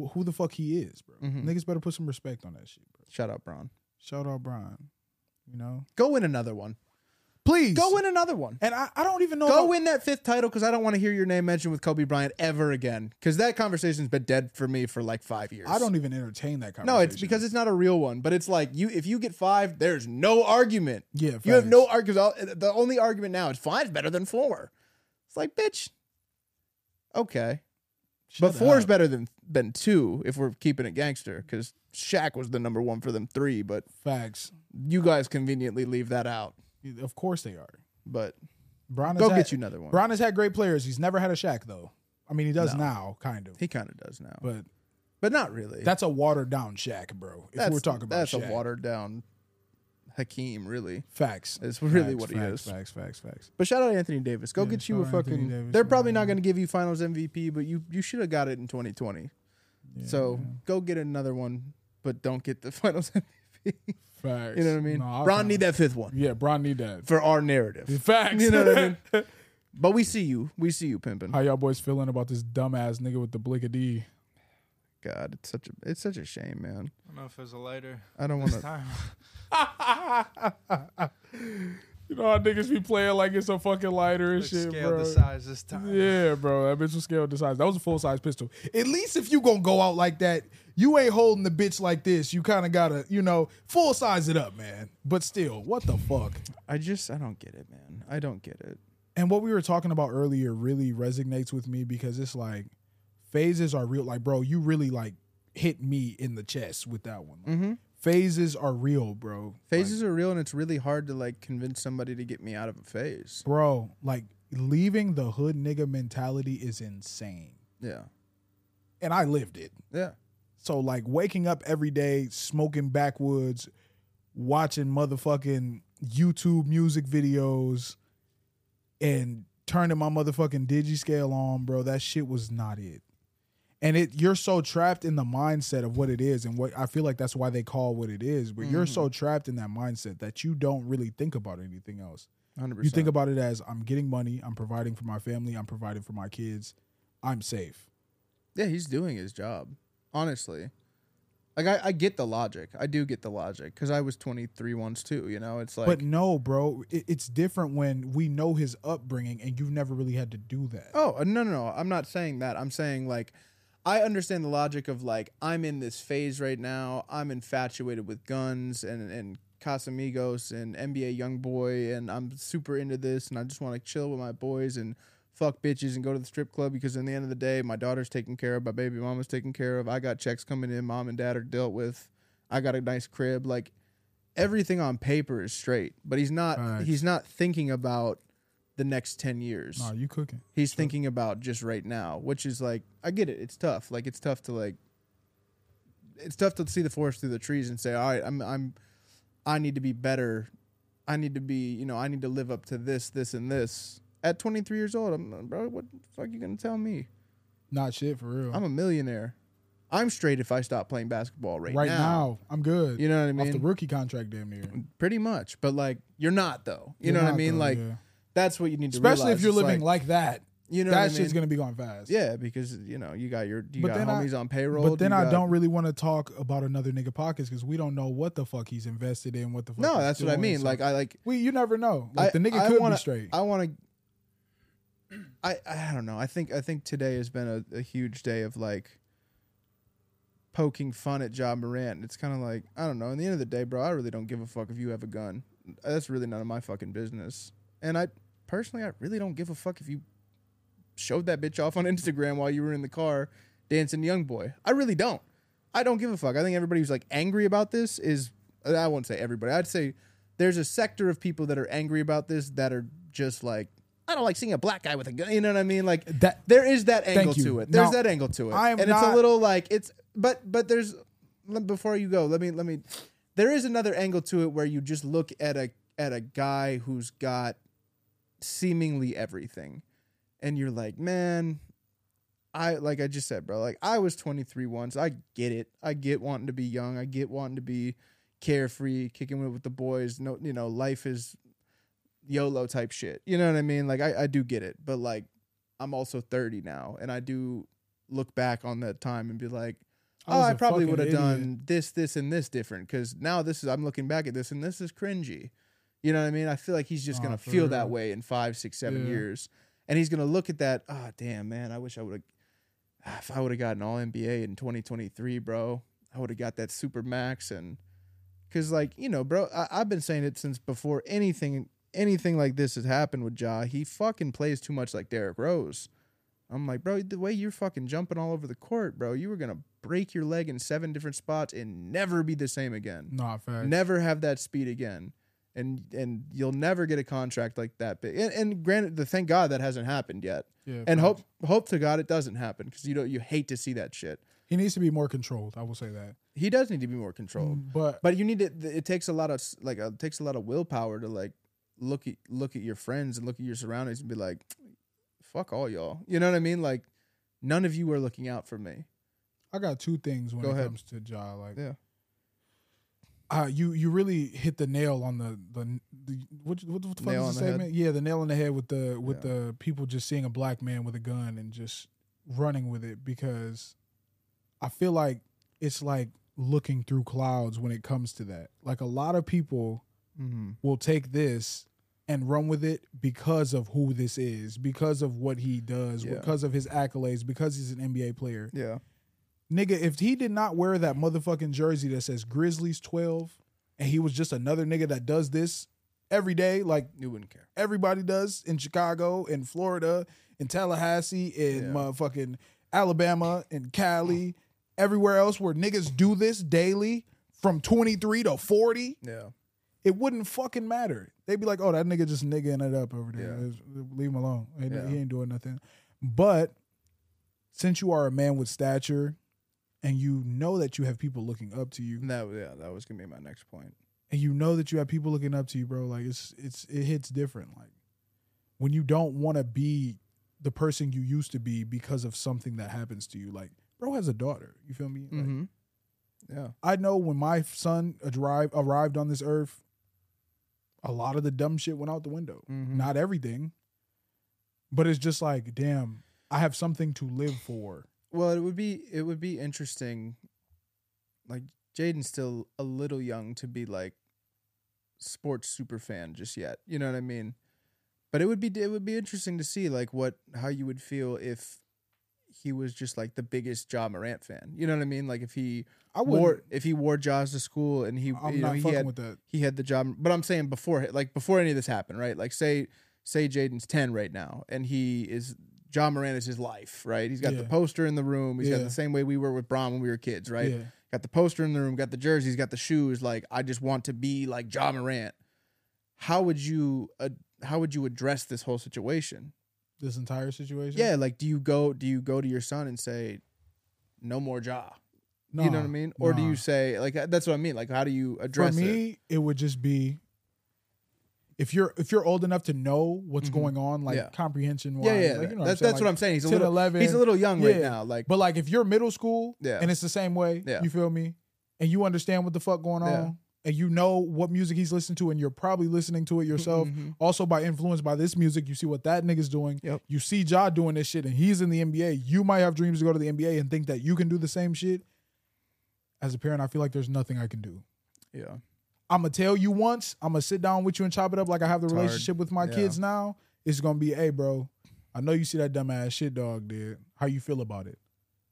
S1: wh- who the fuck he is, bro.
S2: Mhm.
S1: Niggas better put some respect on that shit, bro.
S2: shout out Bron.
S1: Shout out Brian. You know,
S2: Go win another one.
S1: please
S2: Go win another one.
S1: And I, I don't even know.
S2: Go
S1: about-
S2: win that fifth title because I don't want to hear your name mentioned with Kobe Bryant ever again. Because that conversation's been dead for me for like five years.
S1: I don't even entertain that conversation.
S2: No, it's because it's not a real one. But it's like you, if you get five, there's no argument.
S1: yeah,
S2: You have
S1: facts.
S2: no argument. The only argument now is five's better than four. It's like, bitch. Okay,
S1: Shut
S2: but four's
S1: up.
S2: better than than two if we're keeping it gangster. Because Shaq was the number one for them three, but
S1: Facts.
S2: you guys conveniently leave that out.
S1: Of course they are.
S2: But
S1: Bron
S2: go
S1: has
S2: get
S1: had-
S2: you another one.
S1: Bron has had great players. He's never had a Shaq though. I mean, he does
S2: No.
S1: now, kind of.
S2: he kind of does now, but,
S1: But
S2: not really.
S1: that's a watered down Shaq, bro. If
S2: that's,
S1: we're talking about
S2: that's
S1: Shaq.
S2: a watered down Hakeem, really.
S1: facts.
S2: It's really
S1: Facts,
S2: what he
S1: facts,
S2: is.
S1: Facts, facts, facts.
S2: But shout out Anthony Davis. Go
S1: Yeah,
S2: get you a
S1: shout out Anthony
S2: fucking.
S1: Davis,
S2: they're probably
S1: man.
S2: not going to give you Finals MVP, but you you should have got it in 2020.
S1: Yeah,
S2: so
S1: man.
S2: go get another one, but don't get the <laughs> Finals MVP.
S1: facts.
S2: you know what I mean?
S1: No,
S2: Bron
S1: kinda-
S2: need that fifth one
S1: Yeah, Bron need that.
S2: for our narrative.
S1: <laughs> Facts.
S2: You know what I mean? But we see you. We see you pimping.
S1: How y'all boys feeling about this dumbass nigga with the blick of D?
S2: God, it's such a it's such a shame, man.
S3: I don't know if it was a lighter
S2: I don't want
S3: this
S2: to.
S3: time.
S1: you know how niggas be playing like it's a fucking lighter and
S3: Like,
S1: shit,
S3: scale
S1: bro.
S3: the size this time.
S1: Yeah, bro. That bitch was scaled to size. That was a full size pistol. At least if you gonna go out like that, you ain't holding the bitch like this. You kind of gotta, you know, full size it up, man. But still, what the fuck?
S2: I just I don't get it, man. I don't get it.
S1: And what we were talking about earlier really resonates with me because it's like phases are real. Like, bro, you really like hit me in the chest with that one. Like,
S2: Mm-hmm.
S1: Phases are real, bro.
S2: Phases are real, and it's really hard to like convince somebody to get me out of a phase.
S1: Like, bro. Like leaving the hood nigga mentality is insane,
S2: Yeah,
S1: and I lived it.
S2: yeah.
S1: So like waking up every day, smoking backwoods, watching motherfucking YouTube music videos, and turning my motherfucking digiscale on, bro. That shit was not it. And it you're so trapped in the mindset of what it is and what I feel like that's why they call what it is, but you're
S2: Mhm.
S1: so trapped in that mindset that you don't really think about anything else.
S2: Hundred percent.
S1: You think about it as I'm getting money, I'm providing for my family, I'm providing for my kids, I'm safe.
S2: Yeah, he's doing his job. Honestly. Like I, I get the logic. I do get the logic because I was 23 once too. You know, it's like
S1: but no, bro, it, it's different when we know his upbringing and you've never really had to do that.
S2: oh no no no. I'm not saying that. I'm saying like I understand the logic of like I'm in this phase right now. I'm infatuated with guns and and Casamigos and NBA YoungBoy and I'm super into this and I just want to chill with my boys and fuck bitches and go to the strip club because in the end of the day my daughter's taken care of, my baby mama's taken care of. I got checks coming in, mom and dad are dealt with. I got a nice crib. Like everything on paper is straight, but he's not
S1: Facts.
S2: he's not thinking about the next 10 years
S1: Nah, you cooking.
S2: he's thinking about just right now, which is like I get it. It's tough. Like it's tough to like it's tough to see the forest through the trees and say, "All right, I'm I'm I need to be better. I need to be, you know, I need to live up to this, this and this." At 23 years old, I'm bro, what the fuck you going to tell me?
S1: Not shit for real.
S2: I'm a millionaire. I'm straight if I stop playing basketball right,
S1: right now. I'm good.
S2: You know what I
S1: Off the
S2: mean?
S1: rookie contract damn near. You
S2: Pretty much. But like you're not though. You know what I mean? like that's what you need to
S1: especially if
S2: realize.
S1: you're
S2: It's
S1: living
S2: like,
S1: like, that,
S2: you know
S1: that
S2: what I
S1: shit's
S2: mean?
S1: gonna be gone fast.
S2: Yeah, because you know you got your you
S1: But
S2: got
S1: then I-
S2: homies on payroll.
S1: But then
S2: you
S1: I
S2: got-
S1: don't really want to talk about another nigga pockets because we don't know what the fuck he's invested in, what the fuck.
S2: No,
S1: he's
S2: that's what I
S1: doing,
S2: mean.
S1: so-
S2: Like I like
S1: we, you never know.
S2: I-
S1: Like the nigga
S2: I
S1: could
S2: wanna-
S1: be straight.
S2: I want to. I I don't know. I think I think today has been a, a huge day of like poking fun at John Morant. It's kind of like I don't know. In the end of the day, bro, I really don't give a fuck if you have a gun. That's really none of my fucking business. And I personally, I really don't give a fuck if you showed that bitch off on <laughs> Instagram while you were in the car dancing Young Boy. I really don't. I don't give a fuck. I think everybody who's like angry about this is I won't say everybody. I'd say there's a sector of people that are angry about this that are just like I don't like seeing a black guy with a gun. You know what I mean? Like
S1: That-
S2: there is that angle
S1: you.
S2: to it. There's
S1: Now,
S2: that angle to it.
S1: I am
S2: and it's a
S1: not-
S2: little like it's but but there's le- before you go, let me let me there is another angle to it where you just look at a at a guy who's got seemingly everything and you're like, "Man, I like I just said, bro, like I was 23 once. I get it. I get wanting to be young. I get wanting to be carefree, kicking it with the boys. No, you know, life is YOLO type shit. You know what I mean? Like I, I do get it, but like I'm also 30 now, and I do look back on that time and be like,
S1: was
S2: oh, I
S1: a
S2: probably
S1: fucking
S2: would have
S1: idiot.
S2: done this, this, and this different because now this is I'm looking back at this and this is cringy. You know what I mean? I feel like he's just
S1: Aw,
S2: gonna
S1: for
S2: feel
S1: real.
S2: that way in five, six, seven
S1: Yeah.
S2: years, and he's gonna look at that. Ah, damn, man, I wish I would have ah, if I would have gotten all NBA in 2023, bro, I would have got that super max and because like you know, bro, I, I've been saying it since before anything anything like this has happened with Ja. He fucking plays too much like Derrick Rose. I'm like, bro, the way you're fucking jumping all over the court, bro, you were gonna break your leg in seven different spots and never be the same again
S1: Nah, fact.
S2: never have that speed again and and you'll never get a contract like that big and, and granted the thank god that hasn't happened yet
S1: Yeah,
S2: and
S1: facts.
S2: hope hope to god it doesn't happen because you don't you hate to see that shit
S1: He needs to be more controlled. I will say that.
S2: he does need to be more controlled
S1: But
S2: but you need to it takes a lot of like uh, it takes a lot of willpower to like look at look at your friends and look at your surroundings and be like fuck all y'all you know what i mean like none of you are looking out for me
S1: I got two things when
S2: Go
S1: it
S2: ahead.
S1: comes to Ja. Like,
S2: Yeah.
S1: uh, you you really hit the nail on the the, the what, what the fuck
S2: Nail on
S1: is
S2: the
S1: the
S2: head.
S1: segment? Yeah, the nail on the head with the with
S2: Yeah.
S1: the people just seeing a black man with a gun and just running with it because I feel like it's like looking through clouds when it comes to that. Like a lot of people
S2: mm-hmm.
S1: will take this and run with it because of who this is, because of what he does,
S2: Yeah.
S1: because of his accolades, because he's an NBA player.
S2: yeah
S1: Nigga, if he did not wear that motherfucking jersey that says Grizzlies 12 and he was just another nigga that does this every day, like
S2: you wouldn't care
S1: everybody does in Chicago, in Florida, in Tallahassee, in
S2: Yeah.
S1: motherfucking Alabama, in Cali, everywhere else where niggas do this daily from 23 to 40,
S2: yeah
S1: it wouldn't fucking matter. They'd be like, oh, that nigga just niggaing it up over there.
S2: Yeah.
S1: Just Leave him alone. Ain't-
S2: Yeah.
S1: He ain't doing nothing. But since you are a man with stature and you know that you have people looking up to you
S2: that yeah that was gonna be my next point
S1: and you know that you have people looking up to you, bro, like it's it's it hits different. Like when you don't want to be the person you used to be because of something that happens to you. Like, bro has a daughter. You feel me? Like,
S2: mm-hmm. yeah
S1: I know when my son arrived arrived on this earth, a lot of the dumb shit went out the window.
S2: Mhm.
S1: Not everything, but it's just like, damn, I have something to live for.
S2: Well, it would be it would be interesting. Like Jaden's still a little young to be like sports super fan just yet. You know what I mean? But it would be it would be interesting to see like what how you would feel if he was just like the biggest Ja Morant fan. You know what I mean? Like if he
S1: I wouldn't.
S2: wore if he wore Jaws to school and he
S1: I'm
S2: you know
S1: not
S2: he
S1: fucking
S2: had
S1: with that.
S2: he had the job but i'm saying before like before any of this happened right like say say jaden's 10 right now and he is john moran is his life right he's got the
S1: Yeah.
S2: poster in the room He's got
S1: Yeah.
S2: the same way we were with Bron when we were kids right
S1: Yeah.
S2: got the poster in the room got the jerseys got the shoes like i just want to be like john morant how would you uh, how would you address this whole situation
S1: This entire situation.
S2: yeah like do you go do you go to your son and say no more jaw you know
S1: Nah,
S2: what i mean or do
S1: nah.
S2: you say like that's what i mean like how do you address
S1: For
S2: it
S1: me, it. would just be if you're if you're old enough to know what's
S2: Mhm.
S1: going on, like
S2: Yeah.
S1: comprehension wise.
S2: yeah yeah
S1: like, you
S2: that's,
S1: know what I'm saying?
S2: that's
S1: Like,
S2: what i'm saying he's a
S1: 10,
S2: little
S1: 11.
S2: He's a little young right
S1: Yeah.
S2: now. Like,
S1: But like if you're middle school
S2: Yeah.
S1: and it's the same way,
S2: Yeah.
S1: you feel me? And you understand what the fuck going on
S2: Yeah.
S1: and you know what music he's listening to and you're probably listening to it yourself.
S2: Mhm.
S1: Also by influence by this music, you see what that nigga's doing.
S2: Yep.
S1: You see Ja doing this shit and he's in the NBA. You might have dreams to go to the NBA and think that you can do the same shit. As a parent, I feel like there's nothing I can do.
S2: yeah,
S1: I'm gonna tell you once. I'm gonna sit down with you and chop it up like I have the
S2: It's hard.
S1: relationship with my
S2: Yeah.
S1: kids now. It's gonna be, hey, bro, I know you see that dumbass shit dog did. How you feel about it?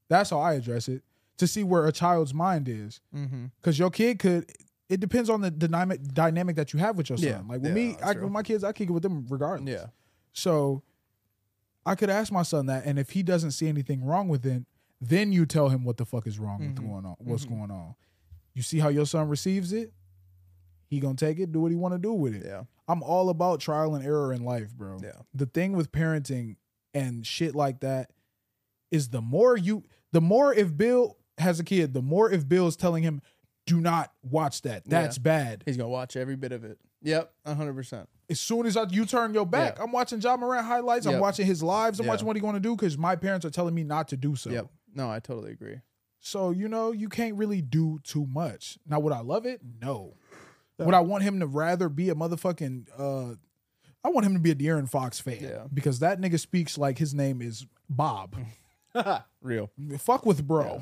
S1: That's how I address it to see where a child's mind is,
S2: mm-hmm.
S1: because your kid could. It depends on the dynamic dynamic that you have with your son.
S2: Yeah.
S1: Like with
S2: Yeah,
S1: me,
S2: that's
S1: I,
S2: true.
S1: with my kids, I kick it with them regardless.
S2: yeah,
S1: So I could ask my son that, and if he doesn't see anything wrong with it, then you tell him what the fuck is wrong with
S2: Mhm.
S1: going on. What's
S2: Mhm.
S1: going on? You see how your son receives it. He gonna take it, do what he want to do with it.
S2: Yeah.
S1: I'm all about trial and error in life, bro.
S2: Yeah.
S1: The thing with parenting and shit like that is the more you, the more if Bill has a kid, the more if Bill is telling him, "Do not watch that.
S2: Yeah.
S1: That's bad."
S2: He's gonna watch every bit of it. Yep, hundred percent.
S1: as soon as I, you turn your back, I'm watching John Morant highlights. I'm
S2: Yep.
S1: watching his lives. I'm
S2: Yeah.
S1: watching what he's going to do because my parents are telling me not to do so.
S2: Yep. No, I totally
S1: <laughs>
S2: agree.
S1: So you know, you can't really do too much. Now, would I love it? No. Would I want him to rather be a motherfucking? uh I want him to be a De'Aaron Fox fan
S2: Yeah.
S1: because that nigga speaks like his name is
S2: <laughs>
S1: Bob.
S2: Real.
S1: Fuck with bro.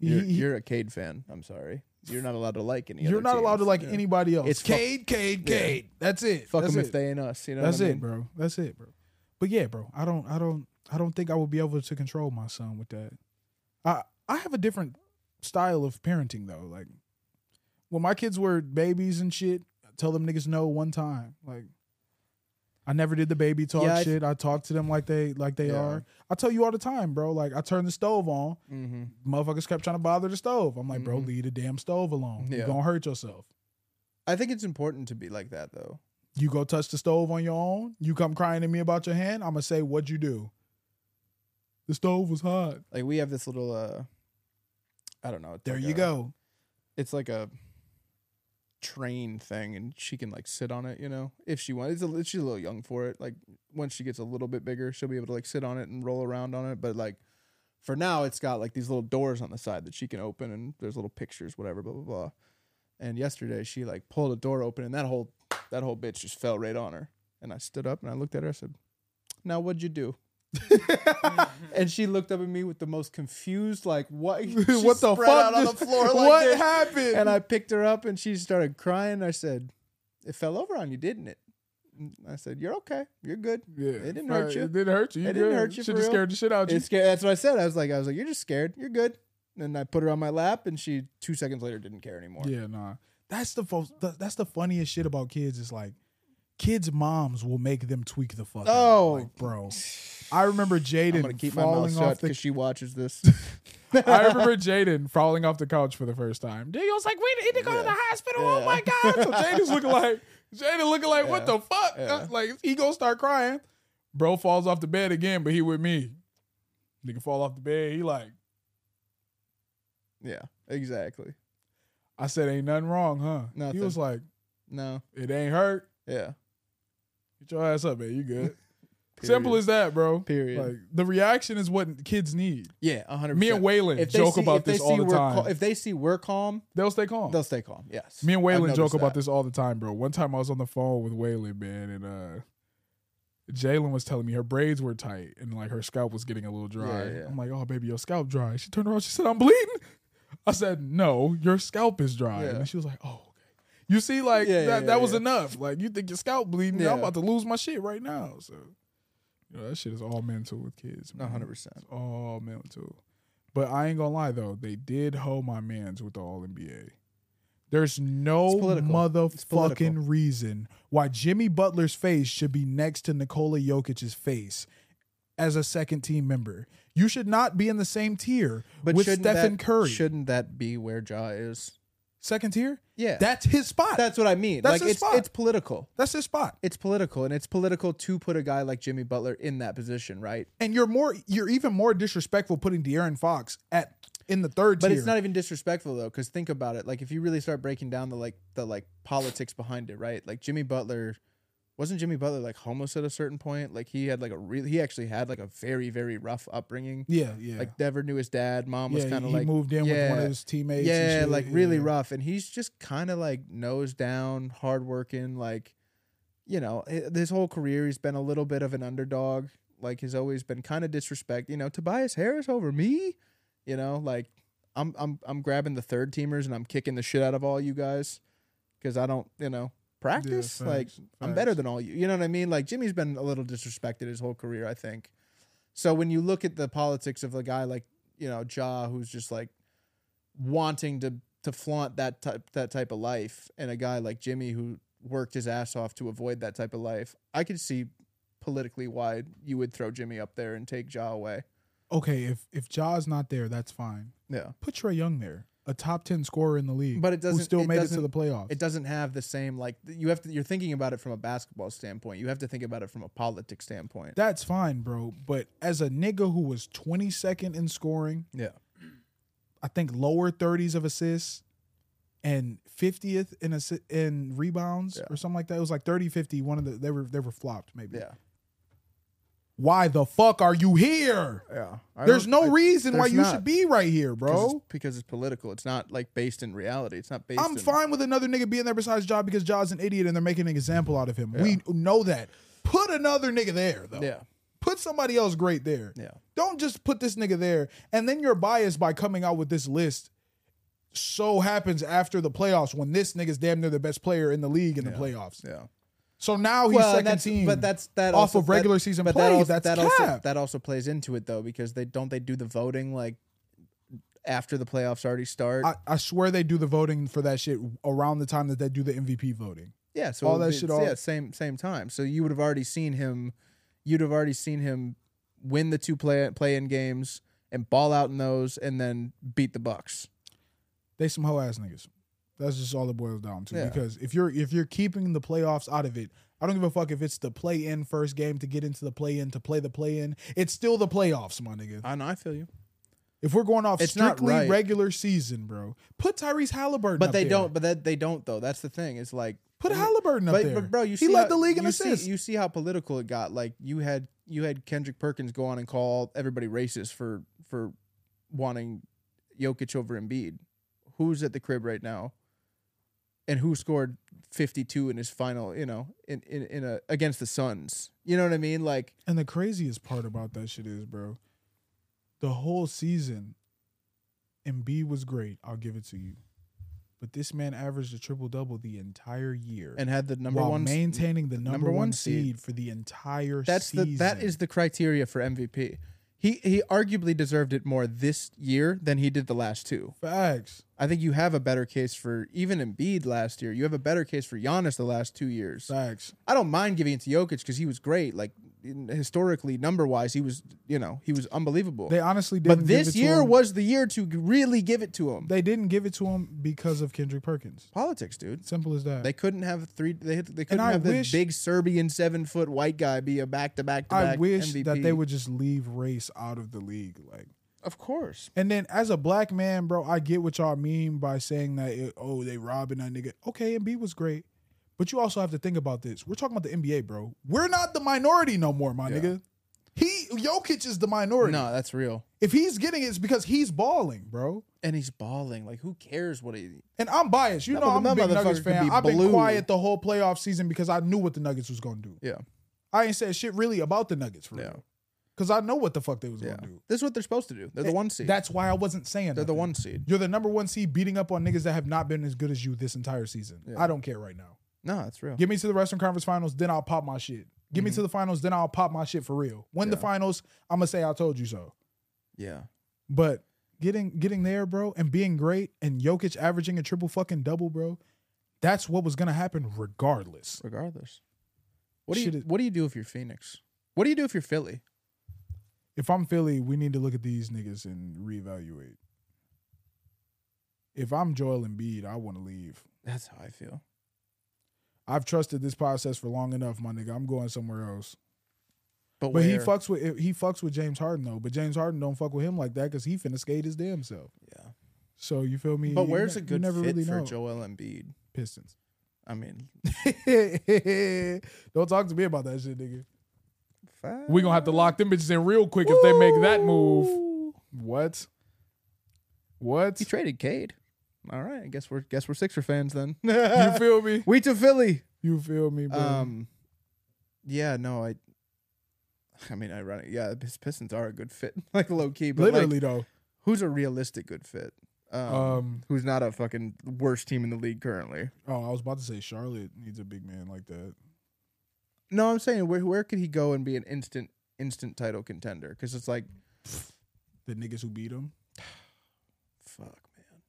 S1: He-
S2: You're,
S1: he-
S2: you're a Cade fan. I'm sorry. You're not allowed to like any.
S1: you're
S2: other
S1: not allowed to
S2: teams.
S1: like
S2: Yeah.
S1: anybody else.
S2: It's fuck-
S1: Cade, Cade,
S2: Yeah.
S1: Cade. That's it.
S2: Fuck
S1: That's
S2: them
S1: it.
S2: if they ain't us. You know.
S1: That's
S2: what I mean?
S1: it, bro. That's it, bro. But yeah, bro. I don't I don't I don't think I will be able to control my son with that. I I have a different style of parenting though. Like when my kids were babies and shit, I tell them niggas no one time. Like I never did the baby talk
S2: Yeah, I-
S1: shit. I, talk to them like they like they
S2: Yeah.
S1: are. I tell you all the time, bro. Like I turned the stove on.
S2: Mhm.
S1: Motherfuckers kept trying to bother the stove. I'm like, bro,
S2: Mhm.
S1: leave the damn stove alone. You're
S2: Yeah.
S1: gonna hurt yourself.
S2: I think it's important to be like that though.
S1: You go touch the stove on your own. You come crying to me about your hand. I'm gonna say, "What'd you do?" The stove was hot.
S2: Like we have this little. uh I don't know. it's
S1: There
S2: like
S1: you
S2: a-
S1: go.
S2: It's like a train thing, and she can like sit on it. You know, if she wants. It's a, li- she's a little young for it. Like once she gets a little bit bigger, she'll be able to like sit on it and roll around on it. But like. for now it's got like these little doors on the side that she can open and there's little pictures whatever blah blah blah and yesterday she like pulled a door open and that whole that whole bitch just fell right on her and i stood up and i looked at her i said now what'd you do <laughs> and she looked up at me with the most confused like what
S1: <laughs>
S2: she
S1: what the fuck?
S2: spread out on the
S1: just- <laughs>
S2: floor like
S1: what
S2: this.
S1: happened?
S2: and i picked her up and she started crying i said it fell over on you didn't it And i said you're okay you're good
S1: yeah,
S2: it didn't hurt
S1: right,
S2: you.
S1: It didn't hurt you.
S2: It didn't hurt you
S1: Should
S2: for
S1: have
S2: real.
S1: scared the shit out of you.
S2: It's scared. That's what I said. I was like, I was like, you're just scared. You're good. And I put her on my lap, and she two seconds later didn't care anymore.
S1: Yeah, nah. That's the fo- th- that's the funniest shit about kids is like kids' moms will make them tweak the fuck. out.
S2: Oh.
S1: like, bro. I remember
S2: I'm
S1: Jaden
S2: gonna keep my mouth
S1: falling
S2: shut
S1: off the
S2: because she watches this.
S1: <laughs>
S2: <laughs>
S1: I remember Jaden falling off the couch for the first time. Daniel was like, "We need to go to the
S2: Yeah.
S1: hospital." Oh
S2: Yeah.
S1: my god! So
S2: <laughs>
S1: Jaden's looking like Jaden looking like, "What
S2: Yeah.
S1: the fuck?"
S2: Yeah.
S1: Uh, Like he gonna start crying. Bro falls off the bed again, but he with me. Nigga fall off the bed. He like,
S2: yeah, exactly.
S1: I said, "Ain't nothing wrong, huh?"
S2: Nothing.
S1: He was like,
S2: No,
S1: "It ain't hurt."
S2: yeah.
S1: Get your ass up, man.
S2: <laughs>
S1: You good? Simple as that, bro.
S2: Period.
S1: Like the reaction is what kids need.
S2: yeah, 100.
S1: Me and Waylon joke about this all the time.
S2: if they see we're calm,
S1: They'll stay calm.
S2: they'll stay calm. Yes.
S1: Me and
S2: I've
S1: Waylon
S2: noticed
S1: joke about
S2: that.
S1: this all the time, bro. One time I was on the phone with Waylon, man, and uh Jalen was telling me her braids were tight and like her scalp was getting a little dry.
S2: Yeah, yeah.
S1: I'm like, oh baby, your scalp dry. She turned around, she said, I'm bleeding. I said, No, your scalp is dry.
S2: Yeah.
S1: And she was like, Oh, okay. You see, like
S2: Yeah, yeah,
S1: that,
S2: yeah,
S1: that was
S2: yeah.
S1: enough. Like you think your scalp bleeding,
S2: Yeah.
S1: I'm about to lose my shit right now. So you know, that shit is all mental with kids. man.
S2: 100. percent
S1: It's all mental. But I ain't gonna lie though, they did hold my man's with the All NBA. There's no
S2: It's political. It's political.
S1: motherfucking reason why Jimmy Butler's face should be next to Nikola Jokic's face as a second team member. You should not be in the same tier
S2: But
S1: with
S2: shouldn't
S1: Stephen
S2: that,
S1: Curry.
S2: shouldn't that be where Jaw is?
S1: second tier?
S2: Yeah,
S1: That's his spot.
S2: that's what I mean.
S1: That's
S2: like
S1: his
S2: it's
S1: spot.
S2: it's political.
S1: That's his spot.
S2: It's political, and it's political to put a guy like Jimmy Butler in that position, right?
S1: And you're more you're even more disrespectful putting De'Aaron Fox at in the third
S2: But
S1: tier.
S2: it's not even disrespectful though, because think about it. Like if you really start breaking down the like the like politics behind it, right? Like Jimmy Butler wasn't Jimmy Butler like homeless at a certain point? Like he had like a real he actually had like a very very rough upbringing.
S1: yeah, yeah.
S2: Like never knew his dad. Mom was
S1: yeah,
S2: kind of
S1: he
S2: like
S1: moved in with one of
S2: yeah.
S1: his teammates. and
S2: yeah,
S1: shit,
S2: like really
S1: yeah.
S2: rough, and he's just kind of like nose down, hardworking. Like you know, hi- his whole career he's been a little bit of an underdog. Like he's always been kind of disrespect. You know, Tobias Harris over me. You know, like I'm I'm I'm grabbing the third teamers and I'm kicking the shit out of all you guys because I don't you know practice
S1: Yeah,
S2: like
S1: facts,
S2: I'm better
S1: facts.
S2: than all you. You know what I mean? Like Jimmy's been a little disrespected his whole career, I think. So when you look at the politics of a guy like, you know, Ja who's just like wanting to to flaunt that type that type of life and a guy like Jimmy who worked his ass off to avoid that type of life, I could see politically wide, you would throw Jimmy up there and take Ja away.
S1: Okay, if if Jaw's not there, that's fine.
S2: Yeah.
S1: Put Trey Young there, a top ten scorer in the league,
S2: But it doesn't-
S1: who still
S2: it
S1: made it to
S2: doesn't-
S1: the playoffs.
S2: It doesn't have the same like th- you have to you're thinking about it from a basketball standpoint. You have to think about it from a politic standpoint.
S1: that's fine, bro. But as a nigga who was twenty second in scoring,
S2: Yeah.
S1: I think lower thirties of assists and fiftieth in assi- in rebounds
S2: Yeah.
S1: or something like that. It was like 30, 50. One of the they were they were flopped maybe.
S2: Yeah.
S1: Why the fuck are you here?
S2: Yeah.
S1: There's no reason why
S2: there's
S1: you
S2: not.
S1: should be right here, bro.
S2: because it's, because it's political. It's not like based in reality. It's not based
S1: I'm
S2: in,
S1: fine with another nigga being there besides Ja because Ja's an idiot and they're making an example out of him. We know that. Put another nigga there though.
S2: Yeah.
S1: Put somebody else great there.
S2: Yeah.
S1: Don't just put this nigga there and then you're biased by coming out with this list. So happens after the playoffs when this nigga's damn near the best player in the league in the playoffs.
S2: Yeah.
S1: So now he's
S2: and
S1: second
S2: that's-
S1: team.
S2: But that's that
S1: off
S2: also-
S1: of regular
S2: that-
S1: season
S2: but
S1: play.
S2: That also,
S1: that's
S2: that
S1: cap.
S2: also that also plays into it though because they don't they do the voting like after the playoffs already start.
S1: I, I swear they do the voting for that shit around the time that they do the MVP voting.
S2: yeah, so
S1: all that
S2: it's-
S1: shit all-
S2: yeah same same time. So you would have already seen him. You'd have already seen him win the two play play in games and ball out in those and then beat the Bucks.
S1: They some hoe ass niggas. That's just all it boils down to.
S2: Yeah.
S1: Because if you're if you're keeping the playoffs out of it, I don't give a fuck if it's the play in first game to get into the play in to play the play in. It's still the playoffs, my nigga.
S2: I know I feel you,
S1: If we're going off
S2: It's not
S1: strictly
S2: right.
S1: regular season, bro, put Tyrese Halliburton.
S2: but
S1: up
S2: they
S1: there.
S2: don't. But that they don't though. That's the thing. It's like
S1: put
S2: you-
S1: Halliburton up
S2: But,
S1: there.
S2: but bro, you
S1: he
S2: see
S1: led
S2: how-
S1: the league in
S2: you see-
S1: assists.
S2: You see how political it got. Like you had you had Kendrick Perkins go on and call everybody racist for for wanting Jokic over Embiid. Who's at the crib right now? And who scored fifty two in his final? You know, in in in a against the Suns. You know what I mean? Like
S1: And the craziest part about that shit is, bro, the whole season, Embiid was great. I'll give it to you. But this man averaged a triple double the entire year.
S2: and had the number
S1: while
S2: one
S1: maintaining the number, one,
S2: one
S1: seed,
S2: seed.
S1: for the entire
S2: That's
S1: season.
S2: the that is the criteria for MVP. He he arguably deserved it more this year than he did the last two.
S1: facts.
S2: I think you have a better case for even Embiid last year. You have a better case for Giannis the last two years.
S1: Facts.
S2: I don't mind giving it to Jokic because he was great. Like in, historically, number wise, he was you know he was unbelievable.
S1: They honestly didn't.
S2: but
S1: give
S2: this
S1: it to
S2: year
S1: him.
S2: was the year to really give it to him.
S1: they didn't give it to him because of Kendrick Perkins.
S2: Politics, dude.
S1: Simple as that.
S2: They couldn't have three. They had- they couldn't
S1: I
S2: have
S1: wish-
S2: the big Serbian seven foot white guy be a back to back to
S1: I
S2: back.
S1: wish
S2: MVP.
S1: that they would just leave race out of the league. Like,
S2: Of course.
S1: and then as a black man, bro, I get what y'all mean by saying that. It, oh, they robbing that nigga. Okay, Embiid was great, but you also have to think about this. We're talking about the NBA, bro. We're not the minority no more, my nigga. He Jokic is the minority.
S2: No, that's real.
S1: If he's getting it, it's because he's balling, bro.
S2: And he's balling. Like who cares what he?
S1: And I'm biased. You
S2: That
S1: know, I'm
S2: mother-
S1: a
S2: that
S1: big Nuggets
S2: motherfucker could
S1: fan.
S2: be
S1: I've been
S2: blue.
S1: quiet the whole playoff season because I knew what the Nuggets was going to do.
S2: Yeah.
S1: I ain't said shit really about the Nuggets for
S2: Yeah.
S1: real. Because I know what the fuck they was
S2: Yeah.
S1: going to do.
S2: This is what they're supposed to do. They're the one seed.
S1: That's why I wasn't saying
S2: They're the
S1: nothing.
S2: one seed.
S1: You're the number one seed beating up on niggas that have not been as good as you this entire season.
S2: Yeah.
S1: I don't care right now.
S2: No, that's real.
S1: Get me to the Western Conference Finals, then I'll pop my shit. Get me to the finals, then I'll pop my shit for real. Win the
S2: Mhm. Yeah.
S1: finals, I'm gonna say I told you so.
S2: Yeah.
S1: But getting getting there, bro, and being great, and Jokic averaging a triple fucking double, bro, that's what was gonna happen regardless.
S2: Regardless. What do you
S1: Shit is-
S2: what do you do if you're Phoenix? What do you do if you're Philly?
S1: If I'm Philly, we need to look at these niggas and reevaluate. If I'm Joel Embiid, I want to leave.
S2: That's how I feel.
S1: I've trusted this process for long enough, my nigga. I'm going somewhere else.
S2: But,
S1: But he
S2: where-
S1: fucks with he fucks with James Harden though. But James Harden don't fuck with him like that because he finna skate his damn self.
S2: Yeah.
S1: So you feel me?
S2: But
S1: You
S2: where's
S1: ne-
S2: a
S1: you
S2: good fit for
S1: know.
S2: Joel Embiid?
S1: Pistons. <laughs>
S2: I mean,
S1: don't talk to me about that shit, nigga.
S2: fuck.
S1: We gonna have to lock them bitches in real quick if they make that move.
S2: Ooh.
S1: What? What? <laughs>
S2: He traded Cade. All right, I guess we're guess we're Sixer fans then.
S1: <laughs>
S2: <laughs>
S1: You feel me?
S2: we to Philly.
S1: You feel me, bro?
S2: Um, yeah, no, I. I mean, ironic. Yeah, his Pistons are a good fit, <laughs> like low key. But like,
S1: Literally
S2: who's a realistic good fit? Um,
S1: though. Um.
S2: who's not a fucking worst team in the league currently?
S1: Oh, I was about to say Charlotte needs a big man like that.
S2: No, I'm saying where where could he go and be an instant instant title contender? Because it's like
S1: The niggas who beat him,
S2: fuck, man.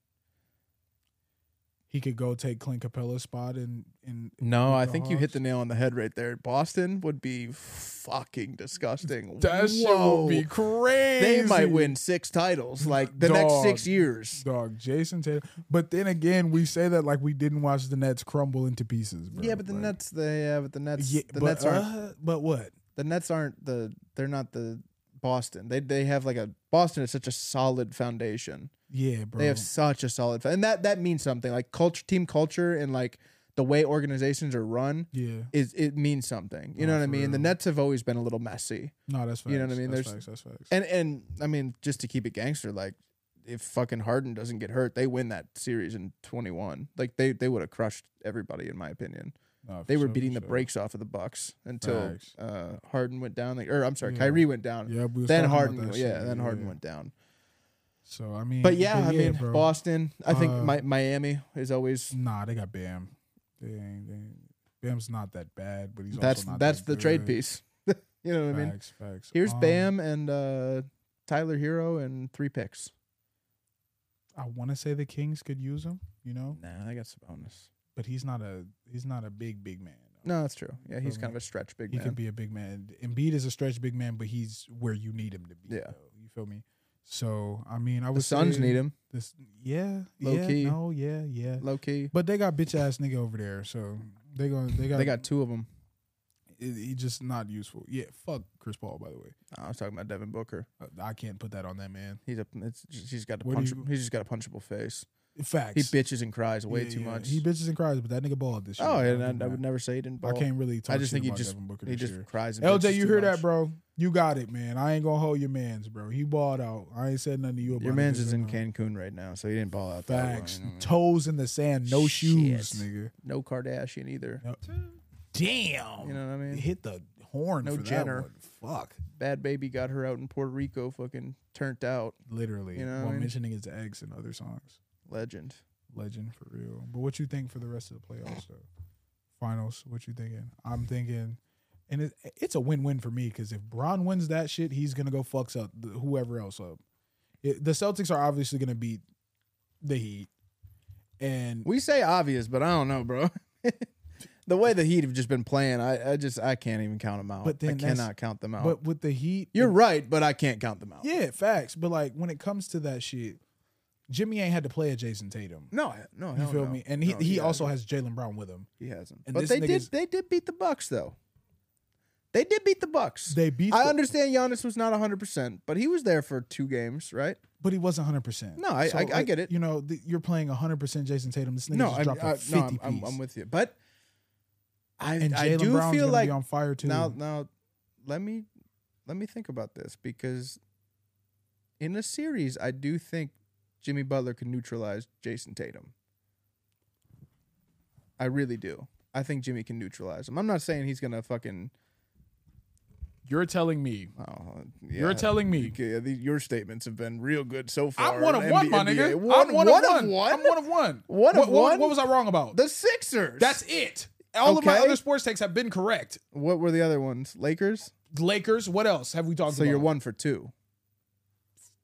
S1: he could go take Clint Capella's spot in in
S2: No,
S1: With
S2: I
S1: the
S2: think you hit
S1: Hawks.
S2: the nail on the head right there. Boston would be fucking disgusting.
S1: that shit would be crazy.
S2: they might win six titles like the next six
S1: Dog.
S2: years.
S1: Dog, Jason Tatum. But then again, we say that like we didn't watch the Nets crumble into pieces. Bro.
S2: Yeah, but the
S1: Like,
S2: Nets, they yeah, but the Nets,
S1: yeah,
S2: the
S1: but,
S2: Nets aren't
S1: uh, but what?
S2: the Nets aren't the they're not the Boston. They they have like a Boston is such a solid foundation.
S1: Yeah, bro.
S2: They have such a solid fo- and that that means something. Like culture, team culture, and like the way organizations are run
S1: yeah.
S2: is it means something. You
S1: No,
S2: know what I
S1: Oh, for
S2: mean? The
S1: real.
S2: Nets have always been a little messy.
S1: No, that's facts.
S2: You know what I mean?
S1: That's
S2: There's-
S1: facts. That's facts.
S2: And and I mean, just to keep it gangster, like if fucking Harden doesn't get hurt, they win that series in twenty one. Like they they would have crushed everybody, in my opinion.
S1: No, for
S2: They were
S1: sure, for
S2: beating the
S1: sure.
S2: brakes off of the Bucks until
S1: Facts.
S2: uh, Harden went down. Like, or I'm sorry,
S1: Yeah.
S2: Kyrie went down.
S1: Yeah, we was
S2: Then
S1: talking about
S2: Harden,
S1: that
S2: yeah,
S1: shit.
S2: then Harden
S1: Yeah.
S2: went down.
S1: So I mean,
S2: But yeah, I mean,
S1: bro.
S2: Boston. I think
S1: Uh,
S2: Mi- Miami is always
S1: Nah, they got Bam. They ain't, they ain't- Bam's not that bad, but he's
S2: that's
S1: also not
S2: that's
S1: that
S2: the trade
S1: good.
S2: piece. <laughs> you know what I mean?
S1: Facts, facts.
S2: Here's
S1: Um,
S2: Bam and uh, Tyler Hero and three picks.
S1: I want to say the Kings could use him, you know,
S2: Nah, I got some bonus.
S1: but he's not a he's not a big big man.
S2: No, that's true. Yeah, he's
S1: Doesn't
S2: kind of
S1: matter.
S2: a stretch big
S1: he
S2: man.
S1: could be a big man. Embiid is a stretch big man, but he's where you need him to be.
S2: Yeah.
S1: though. you feel me? So I mean, I
S2: the
S1: would
S2: Suns
S1: say
S2: need him,
S1: This, yeah,
S2: Low
S1: yeah,
S2: key.
S1: no, yeah, yeah.
S2: low key.
S1: But they got bitch ass nigga over there, so they gonna they got
S2: They got two of them.
S1: he- he just not useful. Yeah, fuck Chris Paul. By the way,
S2: Oh,
S1: Uh,
S2: I was talking about Devin Booker.
S1: I- I can't put that on that man.
S2: He's a. It's, he's got a
S1: What do
S2: punch.
S1: you-
S2: he's just got a punchable face.
S1: Facts.
S2: He bitches and cries way
S1: Yeah,
S2: too
S1: yeah.
S2: much.
S1: He bitches and cries, but that nigga balled this year.
S2: oh,
S1: I
S2: and
S1: give him
S2: I, I would
S1: that.
S2: never say he didn't.
S1: I
S2: ball.
S1: can't really talk
S2: just
S1: shit
S2: think he
S1: about
S2: just-
S1: Devin Booker
S2: He
S1: this
S2: just
S1: year.
S2: cries. And bitches
S1: LJ, you
S2: too
S1: hear
S2: much.
S1: that, bro? You got it, man. I ain't gonna hold your man's, bro. He balled out. I ain't said nothing to you about
S2: Your
S1: it
S2: man's
S1: this
S2: is
S1: or
S2: in
S1: no.
S2: Cancun right now, so he didn't ball out that
S1: Facts.
S2: long.
S1: Toes in the sand, no shoes,
S2: Shit.
S1: nigga.
S2: No Kardashian either.
S1: Damn.
S2: You know what I mean?
S1: Hit the horn
S2: No
S1: for
S2: Jenner.
S1: that one. Fuck.
S2: Bad baby got her out in Puerto Rico, fucking turned out.
S1: Literally.
S2: You know what I
S1: while
S2: mean?
S1: mentioning his ex in other songs.
S2: Legend.
S1: Legend for real. But what you think for the rest of the playoffs though? Finals, what you thinking? I'm thinking and it, it's a win-win for me because if Bron wins that shit, he's gonna go fucks up the, whoever else up. It, the Celtics are obviously gonna beat the Heat, and
S2: We say obvious, but I don't know, bro. <laughs> the way the Heat have just been playing, I, I just I can't even count them out.
S1: But then
S2: I
S1: that's-
S2: cannot count them out.
S1: but with the Heat,
S2: You're right, but I can't count them out.
S1: yeah, facts. But like when it comes to that shit, Jimmy ain't had to play a Jason Tatum.
S2: No, no,
S1: You
S2: hell
S1: feel
S2: no.
S1: me? And he
S2: No,
S1: he,
S2: hasn't.
S1: also has Jalen Brown with him.
S2: he hasn't.
S1: and
S2: but
S1: this
S2: they did
S1: nigga's-
S2: they did beat the Bucks though. They did beat the Bucks.
S1: They beat,
S2: I
S1: the-
S2: understand Giannis was not 100%, but he was there for two games, right?
S1: but he wasn't hundred percent.
S2: No, I- I- I get it.
S1: You know, th- you're playing hundred percent Jason Tatum. This nigga
S2: no,
S1: just
S2: I'm,
S1: dropped a
S2: I,
S1: fifty
S2: no, I'm, I'm,
S1: piece.
S2: I'm with you. But I,
S1: and
S2: I
S1: Jalen
S2: do
S1: Brown's
S2: feel
S1: gonna
S2: like
S1: be on fire too.
S2: now now let me let me think about this because in a series I do think Jimmy Butler can neutralize Jason Tatum. I really do. I think Jimmy can neutralize him. I'm not saying he's gonna fucking.
S1: you're telling me.
S2: Oh, yeah.
S1: You're telling me.
S2: Yeah, the- your statements have been real good so far.
S1: I'm one of
S2: in
S1: one,
S2: the
S1: my
S2: NBA.
S1: nigga.
S2: One,
S1: I'm one,
S2: one
S1: of one. I'm one
S2: one.
S1: of one.
S2: One of
S1: What- what-
S2: one?
S1: What was I wrong about?
S2: The Sixers.
S1: That's it. All of my
S2: Okay.
S1: other sports takes have been correct.
S2: what were the other ones? Lakers.
S1: Lakers. What else have we talked
S2: So
S1: about?
S2: you're one for two.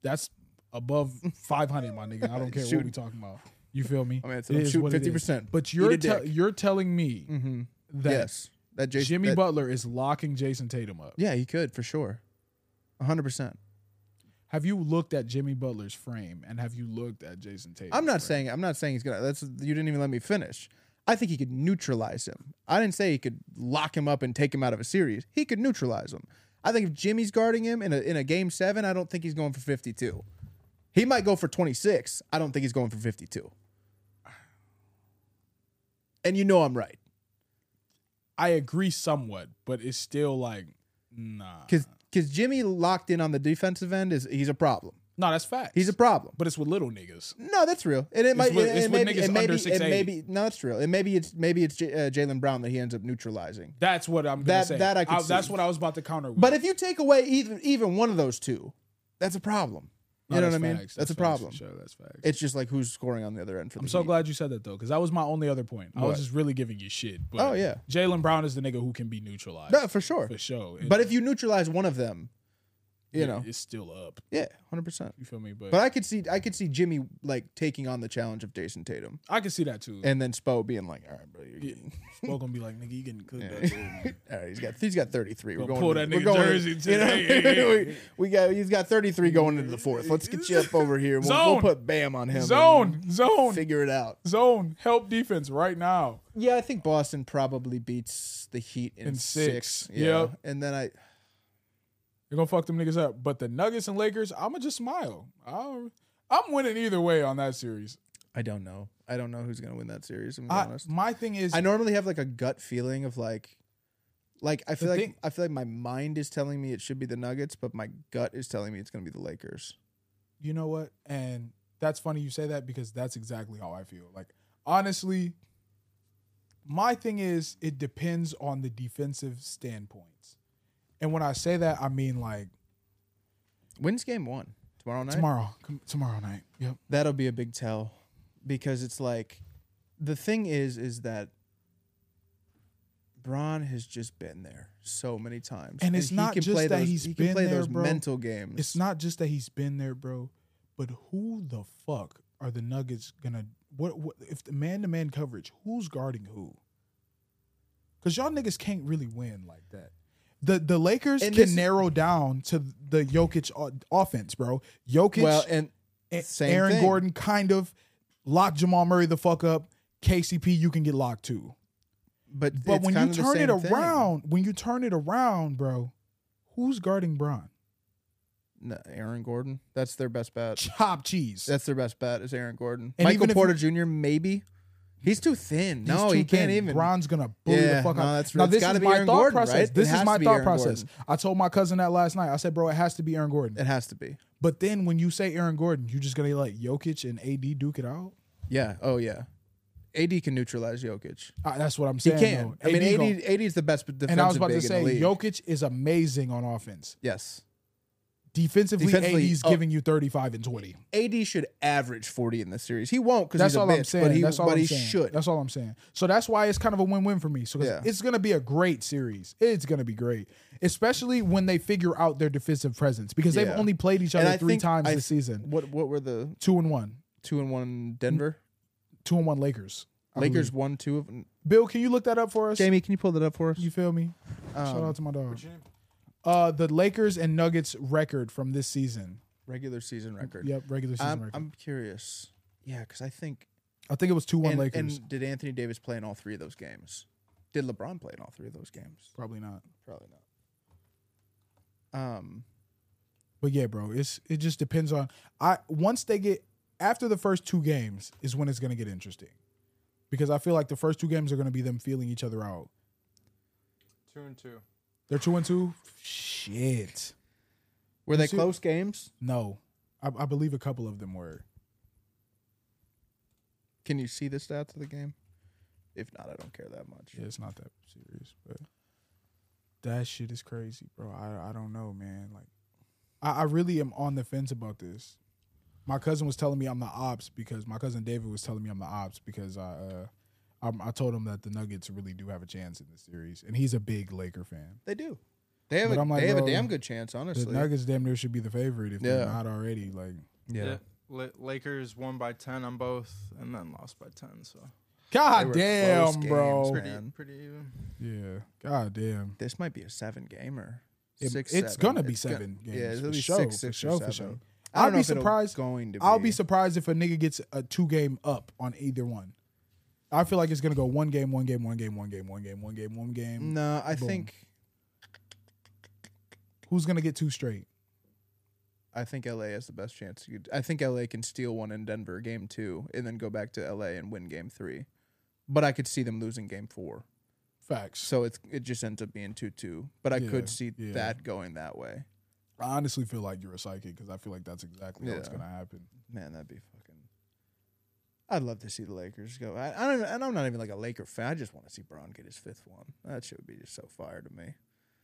S1: That's above 500, my nigga. I
S2: <laughs>
S1: don't care what
S2: Shoot.
S1: we talking about. You feel me?
S2: I mean, it's
S1: It
S2: I'm
S1: is
S2: shooting
S1: what it is.
S2: fifty percent.
S1: But you're
S2: a
S1: te-
S2: dick.
S1: you're telling me
S2: Mm-hmm.
S1: that
S2: yes, that Jason.
S1: Jimmy
S2: that-
S1: Butler is locking Jason Tatum up.
S2: Yeah, he could for sure. A hundred percent.
S1: Have you looked at Jimmy Butler's frame and have you looked at Jason Tatum?
S2: I'm not saying I'm not saying he's gonna. That's you didn't even let me finish. I think he could neutralize him. I didn't say he could lock him up and take him out of a series. He could neutralize him. I think if Jimmy's guarding him in a in a game seven, I don't think he's going for 52. He might go for 26. I don't think he's going for 52. And you know I'm right
S1: I agree somewhat, but it's still like nah.
S2: because because Jimmy locked in on the defensive end is he's a problem.
S1: No, that's fact.
S2: He's a problem.
S1: but it's with little niggas.
S2: No, that's real, and it might.
S1: with-
S2: and
S1: it's
S2: it
S1: with
S2: maybe,
S1: niggas
S2: and maybe,
S1: under 6'8".
S2: and maybe no, that's real, and maybe it's maybe it's J- uh, Jalen Brown that he ends up neutralizing.
S1: That's what I'm gonna
S2: That-
S1: say.
S2: that I could
S1: That's
S2: see.
S1: what I was about to counter with.
S2: But if you take away even even one of those two, that's a problem. You
S1: No,
S2: know what I
S1: that's
S2: mean?
S1: facts.
S2: That's, a
S1: facts for
S2: problem.
S1: sure. That's facts.
S2: It's just like who's scoring on the other end for the
S1: I'm so
S2: Heat.
S1: glad you said that though, because that was my only other point. I
S2: What?
S1: was just really giving you shit. But
S2: Oh, yeah.
S1: Jalen Brown is the nigga who can be neutralized
S2: No, for sure.
S1: for sure.
S2: But if you neutralize one of them, You know,
S1: it's still up.
S2: yeah, hundred percent.
S1: You feel me? But,
S2: But I could see, I could see Jimmy like taking on the challenge of Jason Tatum,
S1: I, can see that too. And
S2: and then Spo being like, "All right, bro, you're
S1: Yeah.
S2: getting,
S1: Spo gonna be like, nigga, you getting
S2: <laughs>
S1: cooked
S2: Yeah.
S1: up. dude."
S2: all right." He's got, he's got 33. We're
S1: Gonna
S2: going,
S1: pull
S2: to-
S1: that
S2: we're
S1: nigga
S2: going to-
S1: jersey
S2: you know, <laughs>
S1: today.
S2: we, we got, he's got 33 going into the fourth. Let's get you
S1: <laughs>
S2: up over here. and We'll, we'll
S1: Zone.
S2: put Bam on him. and
S1: Zone, zone,
S2: figure it out.
S1: zone. Help defense right now.
S2: Yeah, I think Boston probably beats the Heat in,
S1: In
S2: six.
S1: six.
S2: Yeah,
S1: Yep.
S2: and then I,
S1: You're gonna fuck them niggas up. But the Nuggets and Lakers, I'ma just smile. I'll, I'm winning either way on that series.
S2: I don't know. I don't know who's gonna win that series. I'm
S1: I,
S2: honest.
S1: my thing is,
S2: I normally have like a gut feeling of like, like I feel like
S1: thing-
S2: I feel like my mind is telling me it should be the Nuggets, but my gut is telling me it's gonna be the Lakers.
S1: you know what? And that's funny you say that because that's exactly how I feel. Like honestly, my thing is it depends on the defensive standpoints. And when I say that, I mean like
S2: Wins game one tomorrow night.
S1: tomorrow, com- tomorrow night. Yep.
S2: That'll be a big tell, because it's like, the thing is, is that. Braun has just been there so many times,
S1: And it's not just
S2: play
S1: that
S2: those,
S1: he's
S2: he can
S1: been
S2: play
S1: there,
S2: those
S1: bro.
S2: mental games.
S1: It's not just that he's been there, bro, but who the fuck are the Nuggets gonna? What, what if the man-to-man coverage? Who's guarding who? Because y'all niggas can't really win like that. The the Lakers
S2: And this-
S1: can narrow down to the Jokic o- offense, bro. Jokic,
S2: well, and
S1: A-
S2: same
S1: Aaron
S2: thing.
S1: Gordon, kind of lock Jamal Murray the fuck up. KCP, you can get locked too.
S2: but
S1: But
S2: it's
S1: when
S2: kind
S1: you
S2: of the
S1: turn it
S2: same thing.
S1: around, when you turn it around, bro, who's guarding Bron?
S2: No, Aaron Gordon. That's their best bet.
S1: Chop cheese.
S2: That's their best bet is Aaron Gordon.
S1: And
S2: Michael
S1: even if
S2: Porter Jr. Maybe he's too thin.
S1: He's
S2: No,
S1: too
S2: he can't
S1: thin.
S2: even.
S1: Bron's gonna bully
S2: Yeah,
S1: the fuck
S2: no,
S1: out.
S2: that's-
S1: now
S2: it's
S1: this
S2: gotta
S1: is
S2: be
S1: my
S2: Aaron
S1: thought
S2: Gordon,
S1: process.
S2: right? It
S1: This
S2: has
S1: is
S2: to
S1: my
S2: be
S1: thought
S2: Aaron
S1: process.
S2: Gordon.
S1: I told my cousin that last night. I said, "Bro, it has to be Aaron Gordon."
S2: It has to be.
S1: but then when you say Aaron Gordon, you just gonna let Jokic and AD duke it out.
S2: Yeah. Oh yeah. AD can neutralize Jokic.
S1: Ah, that's what I'm
S2: He
S1: saying.
S2: can.
S1: though.
S2: I mean,
S1: gon-
S2: AD, AD is the best defensive
S1: and I was about
S2: big
S1: to
S2: in the
S1: say
S2: league.
S1: Jokic is amazing on offense.
S2: yes.
S1: Defensively,
S2: Defensively,
S1: AD's
S2: oh.
S1: giving you 35 and 20.
S2: AD should average 40 in this series. He won't because
S1: That's
S2: he's a
S1: all
S2: bitch,
S1: I'm saying.
S2: but he,
S1: that's all
S2: but
S1: I'm
S2: he
S1: saying.
S2: should.
S1: That's all I'm saying. So that's why it's kind of a win-win for me. So 'cause
S2: Yeah.
S1: it's gonna be a great series. It's gonna be great, especially when they figure out their defensive presence because
S2: Yeah.
S1: they've only played each
S2: And
S1: other
S2: I
S1: three
S2: think-
S1: times
S2: I
S1: this
S2: th-
S1: season.
S2: What what were the
S1: two and one,
S2: two and one Denver?
S1: two and one Lakers. I
S2: Lakers
S1: believe.
S2: one two of them.
S1: Bill, can you look that up for us?
S2: Jamie, can you pull that up for us?
S1: You feel me? Shout
S2: Um,
S1: out to my dog.
S3: What's your name?
S1: Uh, the Lakers and Nuggets record from this season.
S2: regular season record.
S1: Yep, regular season
S2: I'm,
S1: record.
S2: I'm curious. Yeah, because I think
S1: I think it was two one
S2: and,
S1: Lakers.
S2: and did Anthony Davis play in all three of those games? Did LeBron play in all three of those games?
S1: Probably not.
S2: Probably not. Um,
S1: But yeah, bro, it's it just depends on I once they get after the first two games is when it's gonna get interesting. Because I feel like the first two games are gonna be them feeling each other out.
S3: Two and two.
S1: They're two and two. Shit.
S2: were they
S1: see-
S2: close games?
S1: No. I, I believe a couple of them were.
S2: Can you see the stats of the game? If not, I don't care that much.
S1: Yeah, it's not that serious, but that shit is crazy, bro. I I don't know, man. Like, I, I really am on the fence about this. My cousin was telling me I'm the ops because my cousin David was telling me I'm the ops because I uh I, I told him that the Nuggets really do have a chance in this series, and he's a big Laker fan.
S2: They do. They have.
S1: But
S2: A,
S1: I'm like,
S2: they have a
S1: bro,
S2: damn good chance, honestly.
S1: The Nuggets damn near should be the favorite if
S2: Yeah.
S1: they're not already. Like,
S3: Yeah. La- Lakers won by ten on both, and then lost by ten. So
S2: They
S1: God
S2: were
S1: damn,
S2: close
S1: bro.
S2: games,
S3: pretty,
S2: man.
S3: pretty even.
S1: Yeah, God damn.
S2: This might be a seven gamer.
S1: It-
S2: six.
S1: it's
S2: seven.
S1: gonna be
S2: gonna-
S1: seven
S2: yeah,
S1: games,
S2: it'll
S1: for
S2: be
S1: sure,
S2: six,
S1: for
S2: six,
S1: sure,
S2: or
S1: for
S2: seven.
S1: sure.
S2: I don't
S1: I'll
S2: know
S1: be
S2: if it'll
S1: surprised-
S2: Going to be.
S1: I'll be surprised if a nigga gets a two game up on either one. I feel like it's gonna go one game, one game, one game, one game, one game, one game, one game.
S2: No, I
S1: Boom.
S2: think.
S1: Who's gonna get two straight?
S2: I think LA has the best chance. You- I think LA can steal one in Denver game two and then go back to LA and win game three. But I could see them losing game four.
S1: Facts.
S2: So it's it just ends up being two two. But I
S1: Yeah,
S2: could see
S1: yeah.
S2: that going that way.
S1: I honestly feel like you're a psychic because I feel like that's exactly what's
S2: Yeah.
S1: gonna happen.
S2: Man, that'd be fucking I'd love to see the Lakers go. I, I don't and I'm not even like a Laker fan. I just want to see Braun get his fifth one. That shit would be just so fire to me.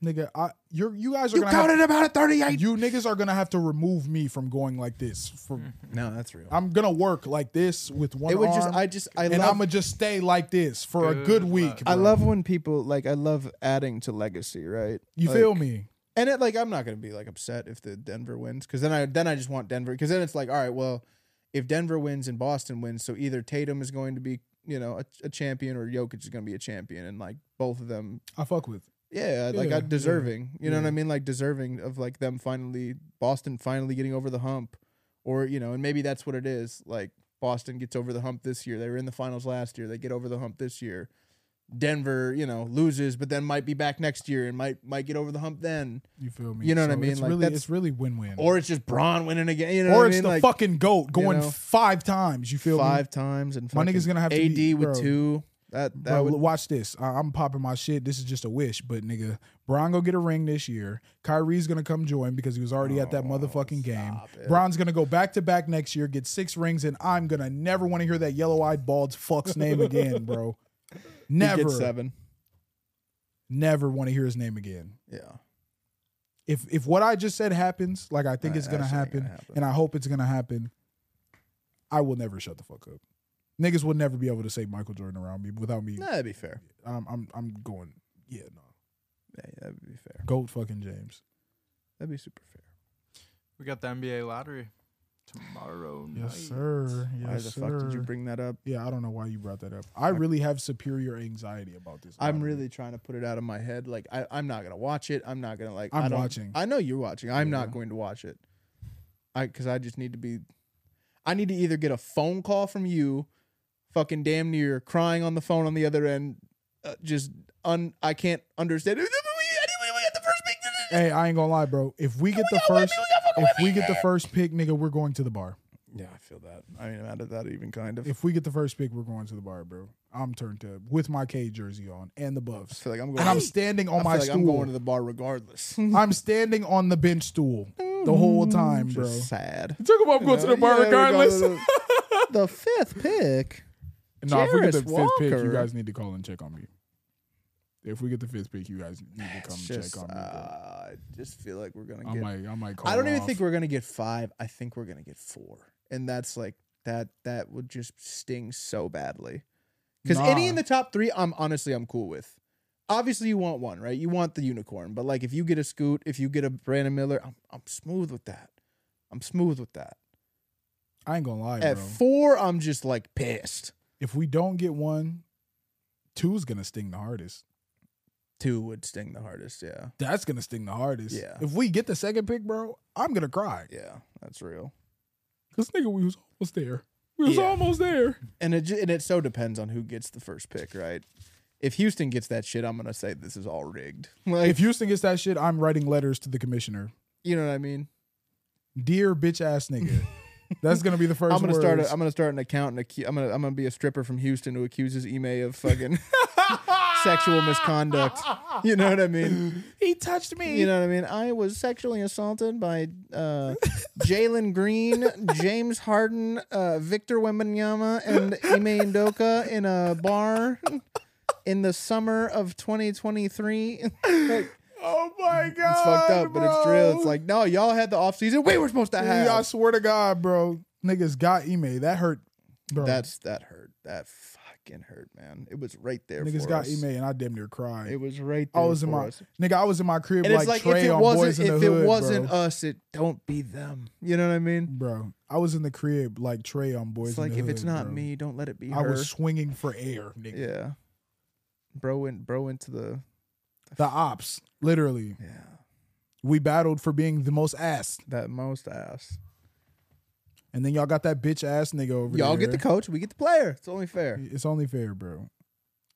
S1: Nigga, I you're you guys are
S2: You
S1: gonna have,
S2: counted about a thirty eight.
S1: you niggas are gonna have to remove me from going like this.
S2: <laughs>
S1: From
S2: No, that's real.
S1: I'm gonna work like this with one
S2: it would
S1: arm,
S2: just I just I
S1: and
S2: love
S1: I'm gonna just stay like this for a
S3: Good
S1: good week.
S3: luck.
S2: I
S1: bro.
S2: love when people like I love adding to legacy, right?
S1: you.
S2: Like,
S1: feel me?
S2: And it like I'm not gonna be like upset if the Denver wins because then I then I just want Denver because then it's like all right well if Denver wins and Boston wins so either Tatum is going to be you know a, a champion or Jokic is gonna be a champion and like both of them
S1: I fuck with.
S2: yeah like
S1: Yeah,
S2: I deserving you know what
S1: yeah.
S2: I mean like deserving of like them finally Boston finally getting over the hump or you know and maybe that's what it is like Boston gets over the hump this year they were in the finals last year they get over the hump this year Denver you know loses but then might be back next year and might might get over the hump then
S1: You feel me?
S2: You know what I mean?
S1: It's
S2: Like,
S1: really,
S2: that's-
S1: it's really win-win.
S2: or it's just Braun winning again. You know
S1: Or
S2: what I
S1: it's
S2: mean?
S1: the
S2: Like,
S1: fucking goat going
S2: know?
S1: five times. You feel me?
S2: five times and
S1: My nigga's
S2: fucking
S1: gonna have to
S2: AD
S1: be-
S2: with
S1: bro.
S2: two. That that
S1: Bro,
S2: would
S1: watch this. I, I'm popping my shit. This is just a wish, but nigga, Bron gonna get a ring this year. Kyrie's gonna come join because he was already at that
S2: Oh,
S1: motherfucking game.
S2: stop it.
S1: Bron's gonna go back to back next year, get six rings, and I'm gonna never want to hear that yellow eyed bald
S2: <laughs>
S1: fuck's name again, bro.
S2: he'd get
S1: Never,
S2: seven.
S1: never want to hear his name again.
S2: Yeah,
S1: If if what I just said happens, like I think
S2: Uh,
S1: it's gonna
S2: that shit ain't
S1: happen,
S2: gonna happen.
S1: and I hope it's gonna happen, I will never shut the fuck up. Niggas will never be able to say Michael Jordan around me without me.
S2: Nah, that'd be fair.
S1: I'm, I'm I'm going. Yeah, no.
S2: Yeah, yeah, that'd be fair.
S1: Goat fucking James.
S2: That'd be super fair.
S3: We got the NBA lottery tomorrow night.
S2: Why the fuck did you bring that up?
S1: yeah, I don't know why you brought that up. I really have superior anxiety about this.
S2: I'm
S1: lottery.
S2: really trying to put it out of my head. Like I, I'm not gonna watch it. I'm not gonna like.
S1: I'm
S2: I don't-
S1: watching.
S2: I know you're watching. I'm
S1: Yeah.
S2: not going to watch it. I because I just need to be. I need to either get a phone call from you, fucking damn near crying on the phone on the other end, uh, just un. I can't understand. Anyway, <laughs> we got the first pick.
S1: Hey, I ain't gonna lie, bro. If we get the
S2: got
S1: first,
S2: Wemby, we got fucking
S1: if we get the first pick, nigga, we're going to the bar.
S2: <laughs> Yeah, I feel that. I mean, I'm out of that even kind of.
S1: If we get the first pick, we're going to the bar, bro. I'm turned up with my K jersey on and the
S2: I
S1: buffs,
S2: feel like I'm going.
S1: and I'm standing on
S2: I feel
S1: my
S2: like I'm
S1: stool.
S2: going to the bar
S1: <laughs>
S2: regardless. <laughs>
S1: I'm standing on the bench stool the whole time,
S2: Mm-hmm. Just
S1: bro.
S2: sad.
S1: Took about going to the bar
S2: Yeah, we go to
S1: regardless. <laughs>
S2: the- the fifth pick.
S1: No, if we get the
S2: Jarris
S1: fifth pick, you
S2: Walker.
S1: guys need to call and check on me. If we get the fifth pick, you guys need to come
S2: It's
S1: check on me.
S2: uh,
S1: bro.
S2: I just feel like we're gonna
S1: I
S2: get.
S1: might, I might call.
S2: I don't even
S1: off.
S2: think we're gonna get five. I think we're gonna get four, and that's like that. That would just sting so badly. Because any
S1: Nah.
S2: in the top three, I'm honestly I'm cool with. Obviously, you want one, right? You want the unicorn, but like if you get a Scoot, if you get a Brandon Miller, I'm I'm smooth with that. I'm smooth with that.
S1: I ain't gonna lie,
S2: At
S1: bro.
S2: four, I'm just like pissed.
S1: if we don't get one, two's gonna sting the hardest.
S2: Two would sting the hardest. Yeah,
S1: That's gonna sting the hardest.
S2: Yeah.
S1: If we get the second pick, bro, I'm gonna cry.
S2: yeah, that's real.
S1: Cause nigga, we was almost there. We was
S2: Yeah.
S1: almost there.
S2: and it ju- and it so depends on who gets the first pick, right? If Houston gets that shit, I'm gonna say this is all rigged. <laughs> Like
S1: If Houston gets that shit, I'm writing letters to the commissioner.
S2: you know what I mean.
S1: Dear bitch ass nigga. That's
S2: <laughs>
S1: gonna be the 1st
S2: I'm gonna start.
S1: words.
S2: A, I'm gonna start an account and acu- I'm gonna I'm gonna be a stripper from Houston who accuses Ime of fucking <laughs> sexual misconduct. You know what I mean?
S1: he touched me.
S2: You know what I mean? I was sexually assaulted by uh, Jalen Green, James Harden, uh, Victor Wembanyama, and Ime Ndoka in a bar in the summer of 2023. <laughs> Like,
S1: oh my god.
S2: It's fucked up, but it's real.
S1: bro.
S2: It's like, no, y'all had the off season. We were supposed to have.
S1: Yeah, I swear to God, bro. Niggas got Ime. That hurt, bro.
S2: That's that hurt. That fucking hurt, man. It was right there.
S1: niggas
S2: for
S1: got
S2: us.
S1: Ime, and I damn near cried.
S2: It was right
S1: I
S2: there.
S1: was in
S2: for
S1: my
S2: us.
S1: nigga. I was in my crib
S2: And
S1: like
S2: it's like
S1: Trey
S2: if it
S1: on
S2: wasn't
S1: Boys in the
S2: if
S1: Hood,
S2: it wasn't
S1: bro.
S2: us, it don't be them. You know what I mean?
S1: bro. I was in the crib like Trey on Boys
S2: it's
S1: in
S2: like
S1: the
S2: if it's
S1: Hood,
S2: not
S1: bro.
S2: me, don't let it be
S1: I
S2: her.
S1: was swinging for air, nigga.
S2: yeah. Bro went bro went to the
S1: The ops, literally,
S2: yeah
S1: we battled for being the most ass,
S2: that most ass.
S1: and then y'all got that bitch ass nigga over
S2: Y'all
S1: there.
S2: get the coach, we get the player. It's only fair.
S1: It's only fair, bro.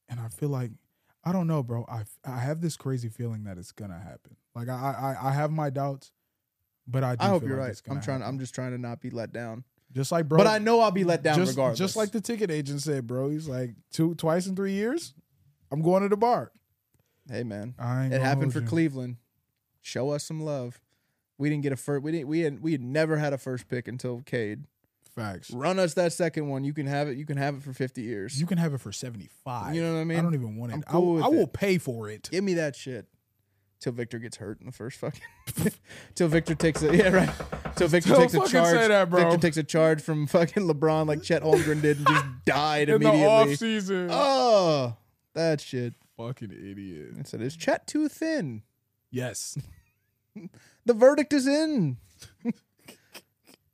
S1: And I feel like I don't know, bro. I I have this crazy feeling that it's gonna happen. Like I I I have my doubts, but I do
S2: I hope
S1: feel
S2: you're
S1: like
S2: right.
S1: It's gonna
S2: I'm trying.
S1: happen.
S2: I'm just trying to not be let down.
S1: just like bro.
S2: but I know I'll be let down
S1: just,
S2: regardless.
S1: Just like the ticket agent said, bro. He's like two twice in three years. I'm going to the bar.
S2: hey man,
S1: I ain't
S2: it
S1: gonna
S2: happened
S1: hold
S2: for
S1: you.
S2: Cleveland. Show us some love. We didn't get a first. We didn't. We had. We had never had a first pick until Cade.
S1: Facts.
S2: Run us that second one. You can have it. You can have it for fifty years.
S1: You can have it for seventy five.
S2: You know what I mean?
S1: I don't even want it.
S2: I'm
S1: I-
S2: cool
S1: I,
S2: with
S1: will
S2: it.
S1: pay for it.
S2: Give me that shit. Till Victor gets hurt in the first fucking. <laughs> Till Victor takes a yeah right. Till Victor
S1: Don't
S2: takes a
S1: fucking say
S2: charge.
S1: that, bro.
S2: Victor takes a charge from fucking LeBron like Chet Holmgren did and just died
S1: <laughs> In the off
S2: immediately.
S1: season.
S2: oh, that shit.
S1: Fucking idiot.
S2: I said, is Chet too thin?
S1: Yes.
S2: The verdict is in.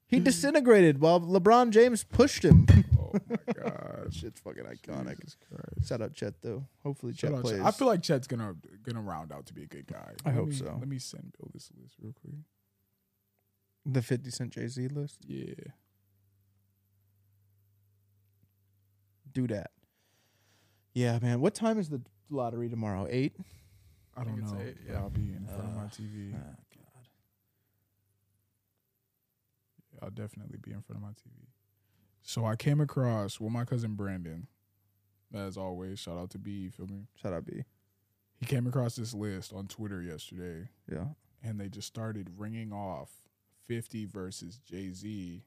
S2: he disintegrated while LeBron James pushed him.
S1: <laughs> Oh my gosh.
S2: Shit's fucking iconic.
S1: Jesus Christ.
S2: Shout out Chet though. Hopefully Chet
S1: Shout out
S2: plays.
S1: Chet. I feel like Chet's gonna gonna round out to be a good guy.
S2: I hope
S1: me,
S2: so.
S1: Let me send Bill this list real quick.
S2: the 50 Cent Jay Z list.
S1: Yeah.
S2: Do that. Yeah, man. What time is the lottery tomorrow? Eight.
S1: I,
S3: think
S1: don't
S3: it's
S1: know.
S3: eight,
S1: but
S3: yeah.
S1: I'll be in front of my
S2: Uh,
S1: TV.
S2: Ah, God.
S1: I'll definitely be in front of my TV. So I came across well my cousin Brandon, as always, shout out to B, you feel me?
S2: Shout out B.
S1: He came across this list on Twitter yesterday
S2: Yeah.
S1: and they just started ringing off 50 versus Jay Z.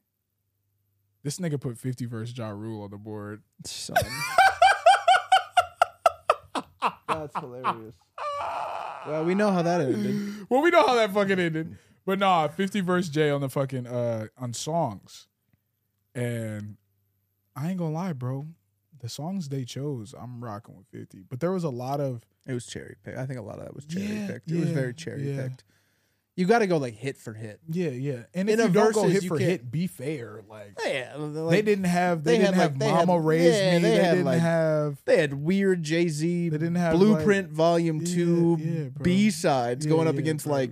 S1: This nigga put 50 versus Ja Rule on the board.
S2: <laughs> Son. That's hilarious. Well, we know how that ended.
S1: well, we know how that fucking ended. But nah, 50 verse J on the fucking uh on songs. And I ain't gonna lie, bro. The songs they chose, I'm rocking with 50. But there was a lot of
S2: It was cherry picked. I think a lot of that was cherry
S1: Yeah,
S2: picked. It was
S1: yeah,
S2: very cherry
S1: yeah.
S2: picked. You got to go like hit for hit.
S1: Yeah, yeah. And
S2: In
S1: if
S2: a
S1: you don't go
S2: versus,
S1: hit
S2: you
S1: for
S2: can't-
S1: hit, be fair. Like,
S2: Yeah,
S1: they didn't have they,
S2: they
S1: didn't
S2: had, like-
S1: have
S2: they had-
S1: Mama Raised
S2: yeah,
S1: Me. They,
S2: they had,
S1: didn't
S2: like-
S1: have
S2: They had weird Jay Z
S1: They didn't have,
S2: Blueprint Volume
S1: Yeah,
S2: Two
S1: yeah, bro.
S2: B sides
S1: Yeah,
S2: going up
S1: yeah,
S2: against
S1: bro.
S2: like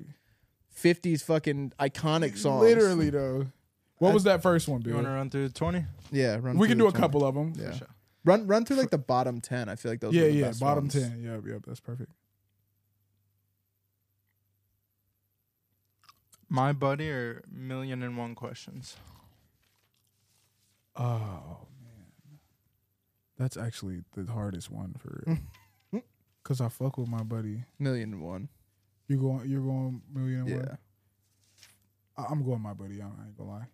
S2: '50s fucking iconic songs.
S1: Literally though. What
S2: I-
S1: was that first one,
S3: You want
S1: Bill?
S3: to run through the 20?
S2: yeah. Run through
S1: We can
S2: the
S1: do a
S2: 20.
S1: couple of them.
S2: Yeah.
S3: For sure.
S2: Run run through like the bottom ten. I feel like those.
S1: yeah,
S2: were the
S1: yeah.
S2: best
S1: Bottom
S2: ones.
S1: ten. Yep, yep. That's perfect.
S3: My buddy or Million and One Questions?
S1: Oh man, that's actually the hardest one for
S2: <laughs>
S1: real. Cause I fuck with my buddy.
S2: Million and one.
S1: You going? You're going million and
S2: Yeah.
S1: one. I- I'm going my buddy. I I ain't gonna lie.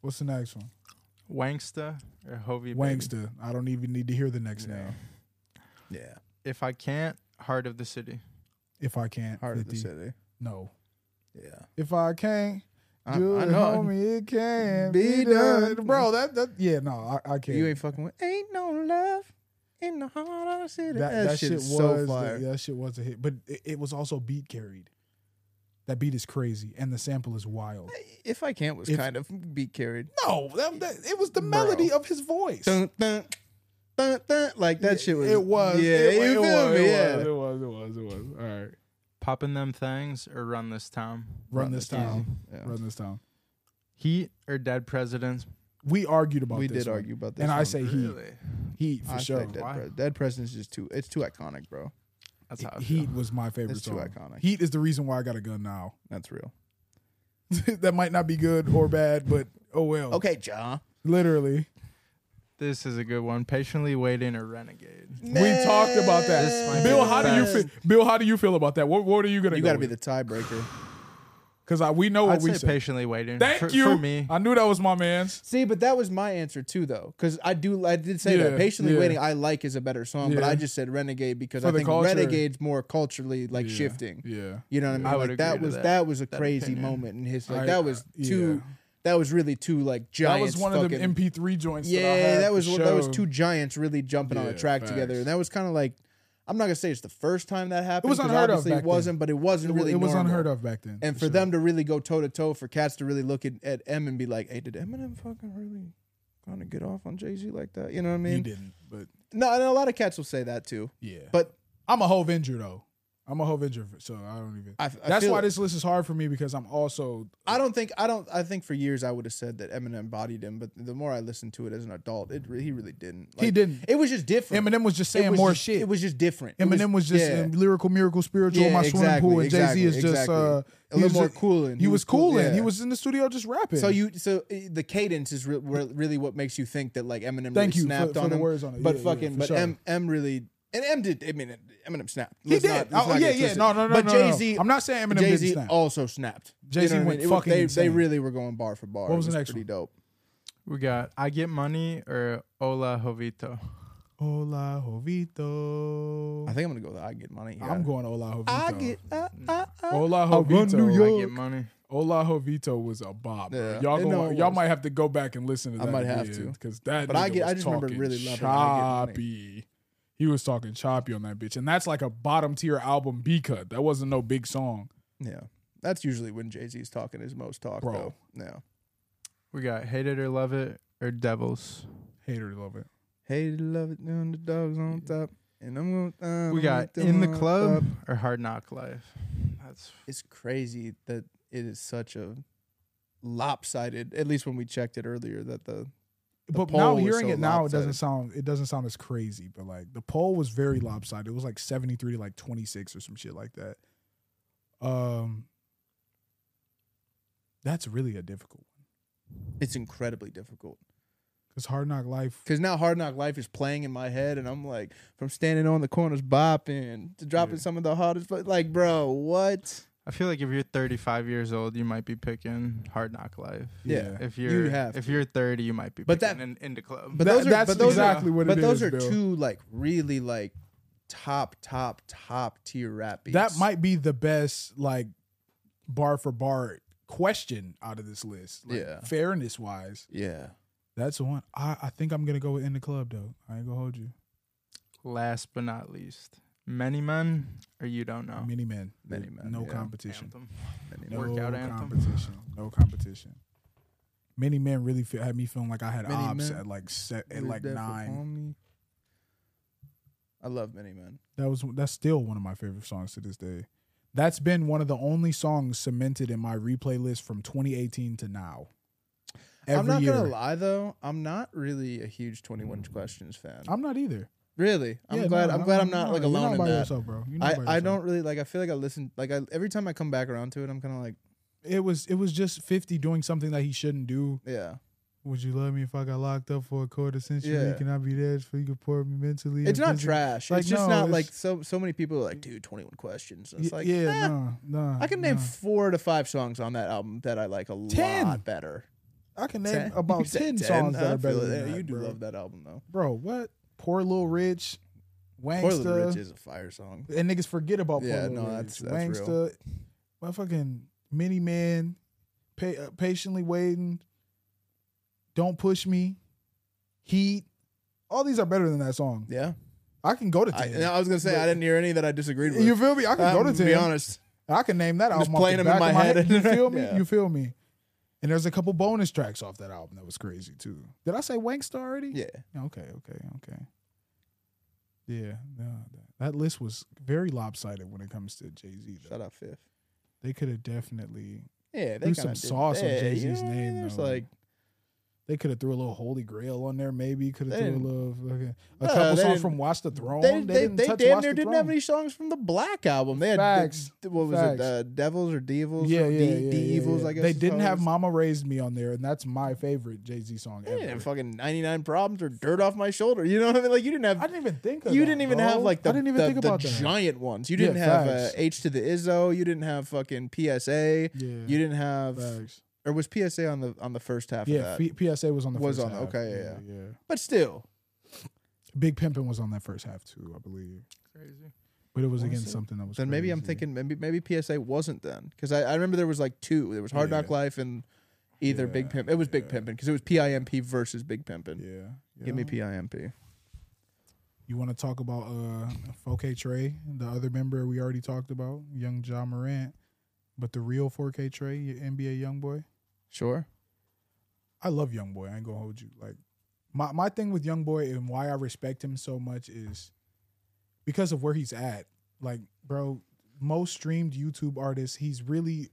S1: What's the next one?
S3: Wangsta or Hovey? Baby?
S1: Wangsta. I don't even need to hear the next
S2: No.
S1: name.
S2: Yeah.
S3: If I can't, Heart of the City.
S1: If I can't,
S2: Heart of the
S1: 50.
S2: City.
S1: No.
S2: Yeah.
S1: If I can't,
S2: I,
S1: do
S2: I
S1: it,
S2: know.
S1: homie. It can
S2: Be
S1: be done,
S2: done.
S1: bro. That that yeah. No, I, I can't.
S2: You ain't fucking with. Ain't no love in the heart of the city.
S1: that, that shit was
S2: so fire.
S1: that, that shit was a hit, but it, it was also beat carried. That beat is crazy, and the sample is wild.
S2: If I can't was
S1: If-
S2: kind of be carried.
S1: No, that, that- it was the
S2: Bro.
S1: melody of his voice.
S2: Dun, dun, dun, dun. Like that shit was.
S1: It was.
S2: Yeah,
S1: it,
S2: you
S1: it
S2: feel
S1: was,
S2: me?
S1: it
S2: yeah.
S1: was. It was. It was. It was. All right.
S3: Popping Them Things or Run This Town?
S1: Run, this town.
S2: Yeah.
S1: Run this town.
S3: Heat or Dead Presidents?
S1: We argued about
S2: We
S1: this.
S2: did
S1: one.
S2: argue about this,
S1: And I
S2: one.
S1: say heat.
S3: Really?
S1: Heat for
S2: I
S1: sure.
S2: think Dead,
S3: Why?
S2: Pres- Dead President's just too. It's too iconic, bro.
S3: That's how I feel.
S1: Heat was my favorite
S2: It's too
S1: song.
S2: iconic.
S1: Heat is the reason why I got a gun now. <laughs>
S2: That's real.
S1: that might not be good or bad, but oh well.
S2: Okay, Ja.
S1: Literally.
S3: This is a good one. Patiently Waiting or Renegade?
S1: We talked about
S3: This might
S1: that.
S3: be
S1: Bill,
S3: the
S1: how do you
S3: best.
S1: feel? Bill, how do you feel about that? What What are you gonna?
S2: You
S1: go
S2: got to be
S1: with?
S2: the tiebreaker.
S1: Because we know what
S3: I'd
S1: we
S3: say
S1: said.
S3: Patiently Waiting.
S1: Thank
S3: for,
S1: you.
S3: For me.
S1: I knew that was my man's.
S2: See, but that was my answer too, though, because I do. I did say
S1: Yeah,
S2: that patiently
S1: yeah.
S2: waiting. I like is a better song, but
S1: Yeah.
S2: I just said renegade because
S1: For
S2: I
S1: the
S2: think
S1: culture.
S2: renegade's more culturally like
S1: Yeah,
S2: shifting.
S1: Yeah.
S2: You know what I mean?
S3: I would
S2: like, that
S3: agree to
S2: was
S3: that-
S2: was a
S3: that
S2: crazy
S3: opinion.
S2: moment in history.
S1: I-
S2: Like, that was
S1: I-
S2: two.
S1: yeah.
S2: That was really two like
S1: That
S2: giants.
S1: was one
S2: fucking,
S1: of them MP3 joints. that, I
S2: yeah,
S1: had
S2: that
S1: for
S2: was that was
S1: show.
S2: two giants really jumping on a
S1: Yeah,
S2: track together,
S1: facts.
S2: and that was kind of like. I'm not gonna say it's the first time that happened.
S1: was
S2: 'cause
S1: unheard of
S2: obviously
S1: back
S2: It
S1: then.
S2: wasn't, but it
S1: It
S2: wasn't
S1: wa-
S2: really.
S1: It was
S2: normal.
S1: unheard of back then.
S2: And for
S1: sure.
S2: them to really go toe to toe, for cats to really look at, at M and be like, "Hey, did Eminem fucking really kind of get off on Jay Z like that?" You know what I
S1: he
S2: mean?
S1: didn't. But
S2: No, and a lot of cats will say that too.
S1: yeah,
S2: But
S1: I'm a whole venger though. I'm a whole venger, so I don't even.
S2: I, I
S1: That's
S2: feel-
S1: why this list is hard for me because I'm also.
S2: I don't think I don't. I think for years I would have said that Eminem bodied him, but the more I listened to it as an adult, it re- he really didn't.
S1: He
S2: Like,
S1: didn't.
S2: It was just different.
S1: Eminem was just
S2: it
S1: saying
S2: was
S1: more
S2: just-
S1: shit.
S2: It was just different. It
S1: Eminem was, just
S2: yeah.
S1: um, lyrical, miracle, spiritual.
S2: Yeah,
S1: my swimming
S2: exactly,
S1: pool, and
S2: exactly,
S1: Jay Z is just
S2: exactly.
S1: uh,
S2: a
S1: he
S2: little
S1: was
S2: more
S1: ju-
S2: cool. And
S1: He was cool, and
S2: yeah.
S1: he was in the studio just rapping.
S2: So you so uh, the cadence is re- re- really what makes you think that like Eminem
S1: Thank
S2: really
S1: you
S2: snapped
S1: for, for
S2: on
S1: the
S2: him.
S1: words on it.
S2: But
S1: Yeah, yeah,
S2: fucking,
S1: for
S2: but
S1: sure.
S2: M M really and M did. I mean, Eminem snapped.
S1: He
S2: Let's
S1: did.
S2: not- let's
S1: oh
S2: not
S1: yeah,
S2: get
S1: yeah.
S2: twisted.
S1: No, no, no.
S2: But Oh,
S1: no, no.
S2: Jay Z,
S1: I'm not saying Eminem
S2: Jay
S1: didn't
S2: Z
S1: snap.
S2: also snapped. You
S1: Jay-Z
S2: know what I
S1: went
S2: mean? It was-
S1: fucking
S2: They, they
S1: insane.
S2: really were going bar for bar.
S1: What was
S2: It
S1: the next
S2: Pretty dope.
S3: We got I Get Money or Ola Jovito.
S1: Hola Jovito.
S2: I think I'm gonna go with I get money.
S1: I'm going uh, mm. Hola Jovito.
S2: I get. uh, I, I, I.
S1: Hola
S2: I run New
S1: Jovito.
S2: York.
S3: I Get Money.
S1: Hola Jovito was a bop. bro.
S2: Yeah.
S1: Y'all
S2: And
S1: gonna,
S2: no, it
S1: y'all
S2: was.
S1: might have to go back and listen to
S2: I
S1: that.
S2: might have to.
S1: because that.
S2: But I
S1: nigga
S2: get- I
S1: was
S2: just remember
S1: talking
S2: really loving I Get Money.
S1: choppy. He was talking choppy on that bitch, and that's like a bottom tier album B cut. That wasn't no big song.
S2: Yeah. That's usually when Jay Z's talking his most talk,
S1: Bro.
S2: though. No.
S3: We got hate it or love it or devils.
S1: Hater love it.
S2: Hey, love it, down the dogs on top. And I'm going to.
S3: We got in the club or hard knock life. That's
S2: It's crazy that it is such a lopsided, at least when we checked it earlier, that the. The
S1: but now
S2: poll was
S1: hearing
S2: so
S1: it now, it doesn't
S2: lopsided.
S1: sound it doesn't sound as crazy. But like the poll was very lopsided. It was like seventy three to like twenty six or some shit like that. Um, that's really a difficult one
S2: It's incredibly difficult.
S1: because Hard Knock Life.
S2: Because now Hard Knock Life is playing in my head, and I'm like, from standing on the corners bopping to dropping
S3: Yeah.
S2: some of the hardest. But like, bro, what?
S3: I feel like if you're 35 years old, you might be picking hard knock life.
S2: Yeah.
S3: If you're
S2: have
S3: if
S2: to.
S3: you're 30, you might be
S2: But
S3: picking
S2: that-
S3: in, in the club.
S2: But
S1: That-
S2: those are
S1: that's
S2: but those
S1: exactly
S2: are,
S1: what
S2: But
S1: it
S2: those
S1: is,
S2: are
S1: Bill.
S2: two like really like top top top tier rap beats.
S1: That might be the best like bar for bar question out of this list. Like,
S2: Yeah.
S1: Fairness wise,
S2: yeah.
S1: that's the one. I, I think I'm gonna go with in the club though. I ain't gonna hold you.
S3: Last but not least, many men or you don't know.
S1: Many men.
S2: Many men,
S1: No
S2: yeah.
S1: competition.
S3: Anthem.
S2: Many
S1: No
S3: Workout anthem.
S1: competition. No competition. Many men really feel, had me feeling like I had
S2: Many
S1: ops
S2: men
S1: at like set, at
S2: Live
S1: like
S2: there for homie.
S1: nine.
S2: I love Many Men.
S1: That was that's still one of my favorite songs to this day. That's been one of the only songs cemented in my replay list from 2018 to now. Every
S2: I'm not
S1: year.
S2: gonna lie though, I'm not really a huge Twenty One Questions fan.
S1: I'm not either.
S2: really, I'm
S1: Yeah,
S2: glad.
S1: no,
S2: I'm
S1: no,
S2: glad
S1: no,
S2: I'm not
S1: no,
S2: like
S1: you're
S2: alone
S1: not
S2: in
S1: by
S2: that.
S1: yourself, bro. You're not by
S2: I, I
S1: yourself.
S2: don't really like. I feel like I listen like I, every time I come back around to it, I'm kind of like,
S1: It was it was just 50 doing something that he shouldn't do.
S2: yeah.
S1: Would you love me if I got locked up for a quarter century?
S2: Yeah.
S1: Can I be there for you? Support me mentally.
S2: It's
S1: and
S2: not
S1: physically?
S2: trash.
S1: like,
S2: it's just
S1: no,
S2: not
S1: it's-
S2: like so. So many people are like, dude, Twenty One Questions. And It's
S1: Y-
S2: like,
S1: yeah,
S2: eh,
S1: no, no.
S2: I can name
S1: no.
S2: four to five songs on that album that I like a
S1: Ten.
S2: lot better.
S1: I can name
S2: Ten. <laughs> You
S1: about
S2: said
S1: ten,
S2: ten.
S1: songs that
S2: I
S1: are better.
S2: feel it.
S1: Than
S2: Yeah,
S1: that,
S2: you do
S1: bro.
S2: love that album though.
S1: bro. What? Poor Little Rich,
S2: Poor Little
S1: Wangsta,
S2: Rich is a fire song.
S1: and niggas forget about Poor
S2: Yeah,
S1: Little
S2: no, that's-
S1: Rich.
S2: that's
S1: Wangsta,
S2: real.
S1: motherfucking Mini Man, pa- uh, patiently waiting. Don't push me, heat. All these are better than that song.
S2: Yeah,
S1: I can go to
S2: I,
S1: ten.
S2: and I was gonna say I
S1: But-
S2: didn't hear any that I disagreed with.
S1: you feel me? I can
S2: I'm
S1: go to
S2: gonna
S1: ten.
S2: Be honest.
S1: I can name that
S2: I'm just
S1: album. off
S2: playing
S1: the
S2: them in
S1: back
S2: my
S1: of
S2: head.
S1: You feel
S2: <laughs>
S1: me?
S2: Yeah.
S1: You feel me? And there's a couple bonus tracks off that album that was crazy too. Did I say Wangsta already?
S2: Yeah,
S1: Okay, okay, okay. Yeah, no, that, that list was very lopsided when it comes to Jay Z.
S2: shut up, Fifth.
S1: They could have definitely
S2: Yeah, they
S1: threw
S2: kinda
S1: some
S2: did-
S1: sauce on
S2: yeah,
S1: Jay
S2: you
S1: Z's
S2: know,
S1: name.
S2: There's
S1: though.
S2: like
S1: they could have threw a little Holy Grail on there. Maybe could
S2: They
S1: have threw a
S2: didn't-
S1: little fucking, a
S2: No,
S1: couple
S2: they
S1: songs
S2: didn't-
S1: from Watch the Throne.
S2: they they,
S1: didn't
S2: they
S1: touch
S2: damn
S1: Watch
S2: near
S1: the
S2: didn't
S1: Throne.
S2: have any songs from the Black album. They had
S1: Facts.
S2: The, what was it?
S1: Facts.
S2: Uh, Devils or Devils?
S1: Yeah,
S2: or
S1: yeah,
S2: D,
S1: yeah,
S2: D
S1: yeah,
S2: Evils.
S1: yeah.
S2: I guess
S1: they
S2: is
S1: didn't
S2: how it
S1: have
S2: was.
S1: Mama Raised Me on there, and that's my favorite Jay Z song
S2: They
S1: ever.
S2: didn't have fucking 99 problems or dirt off my shoulder. You know what I mean? Like you didn't have
S1: I didn't even think of
S2: you
S1: that,
S2: didn't even
S1: bro.
S2: have like the,
S1: I didn't even
S2: the,
S1: think
S2: the
S1: about that.
S2: giant ones. You
S1: Yeah,
S2: didn't have uh,
S1: facts.
S2: H to the Izzo. You didn't have fucking PSA.
S1: Yeah,
S2: You didn't have
S1: facts.
S2: or was PSA on the on the first half of
S1: Yeah,
S2: that?
S1: P- PSA was on the
S2: Was
S1: first
S2: on-
S1: half.
S2: okay, yeah,
S1: yeah, yeah.
S2: but still,
S1: Big Pimpin' was on that first half too, I believe.
S3: Crazy.
S1: But it was
S2: Was
S1: against
S2: it?
S1: something that was.
S2: then maybe I'm
S1: crazy.
S2: thinking maybe maybe PSA wasn't then because I, I remember there was like two. There was Hard Knock
S1: Yeah.
S2: Life and either Big
S1: Yeah,
S2: Pimp. It was Big
S1: yeah.
S2: Pimpin' because it was PIMP versus Big Pimpin'.
S1: Yeah.
S2: Give me
S1: yeah.
S2: PIMP.
S1: You want to talk about uh, Foke Trey, the other member we already talked about, young John Morant, but the real 4K Trey, your NBA young boy.
S2: Sure.
S1: I love young boy. I ain't gonna hold you. Like my my thing with young boy and why I respect him so much is because of where he's at. Like, bro, most streamed YouTube artists, he's really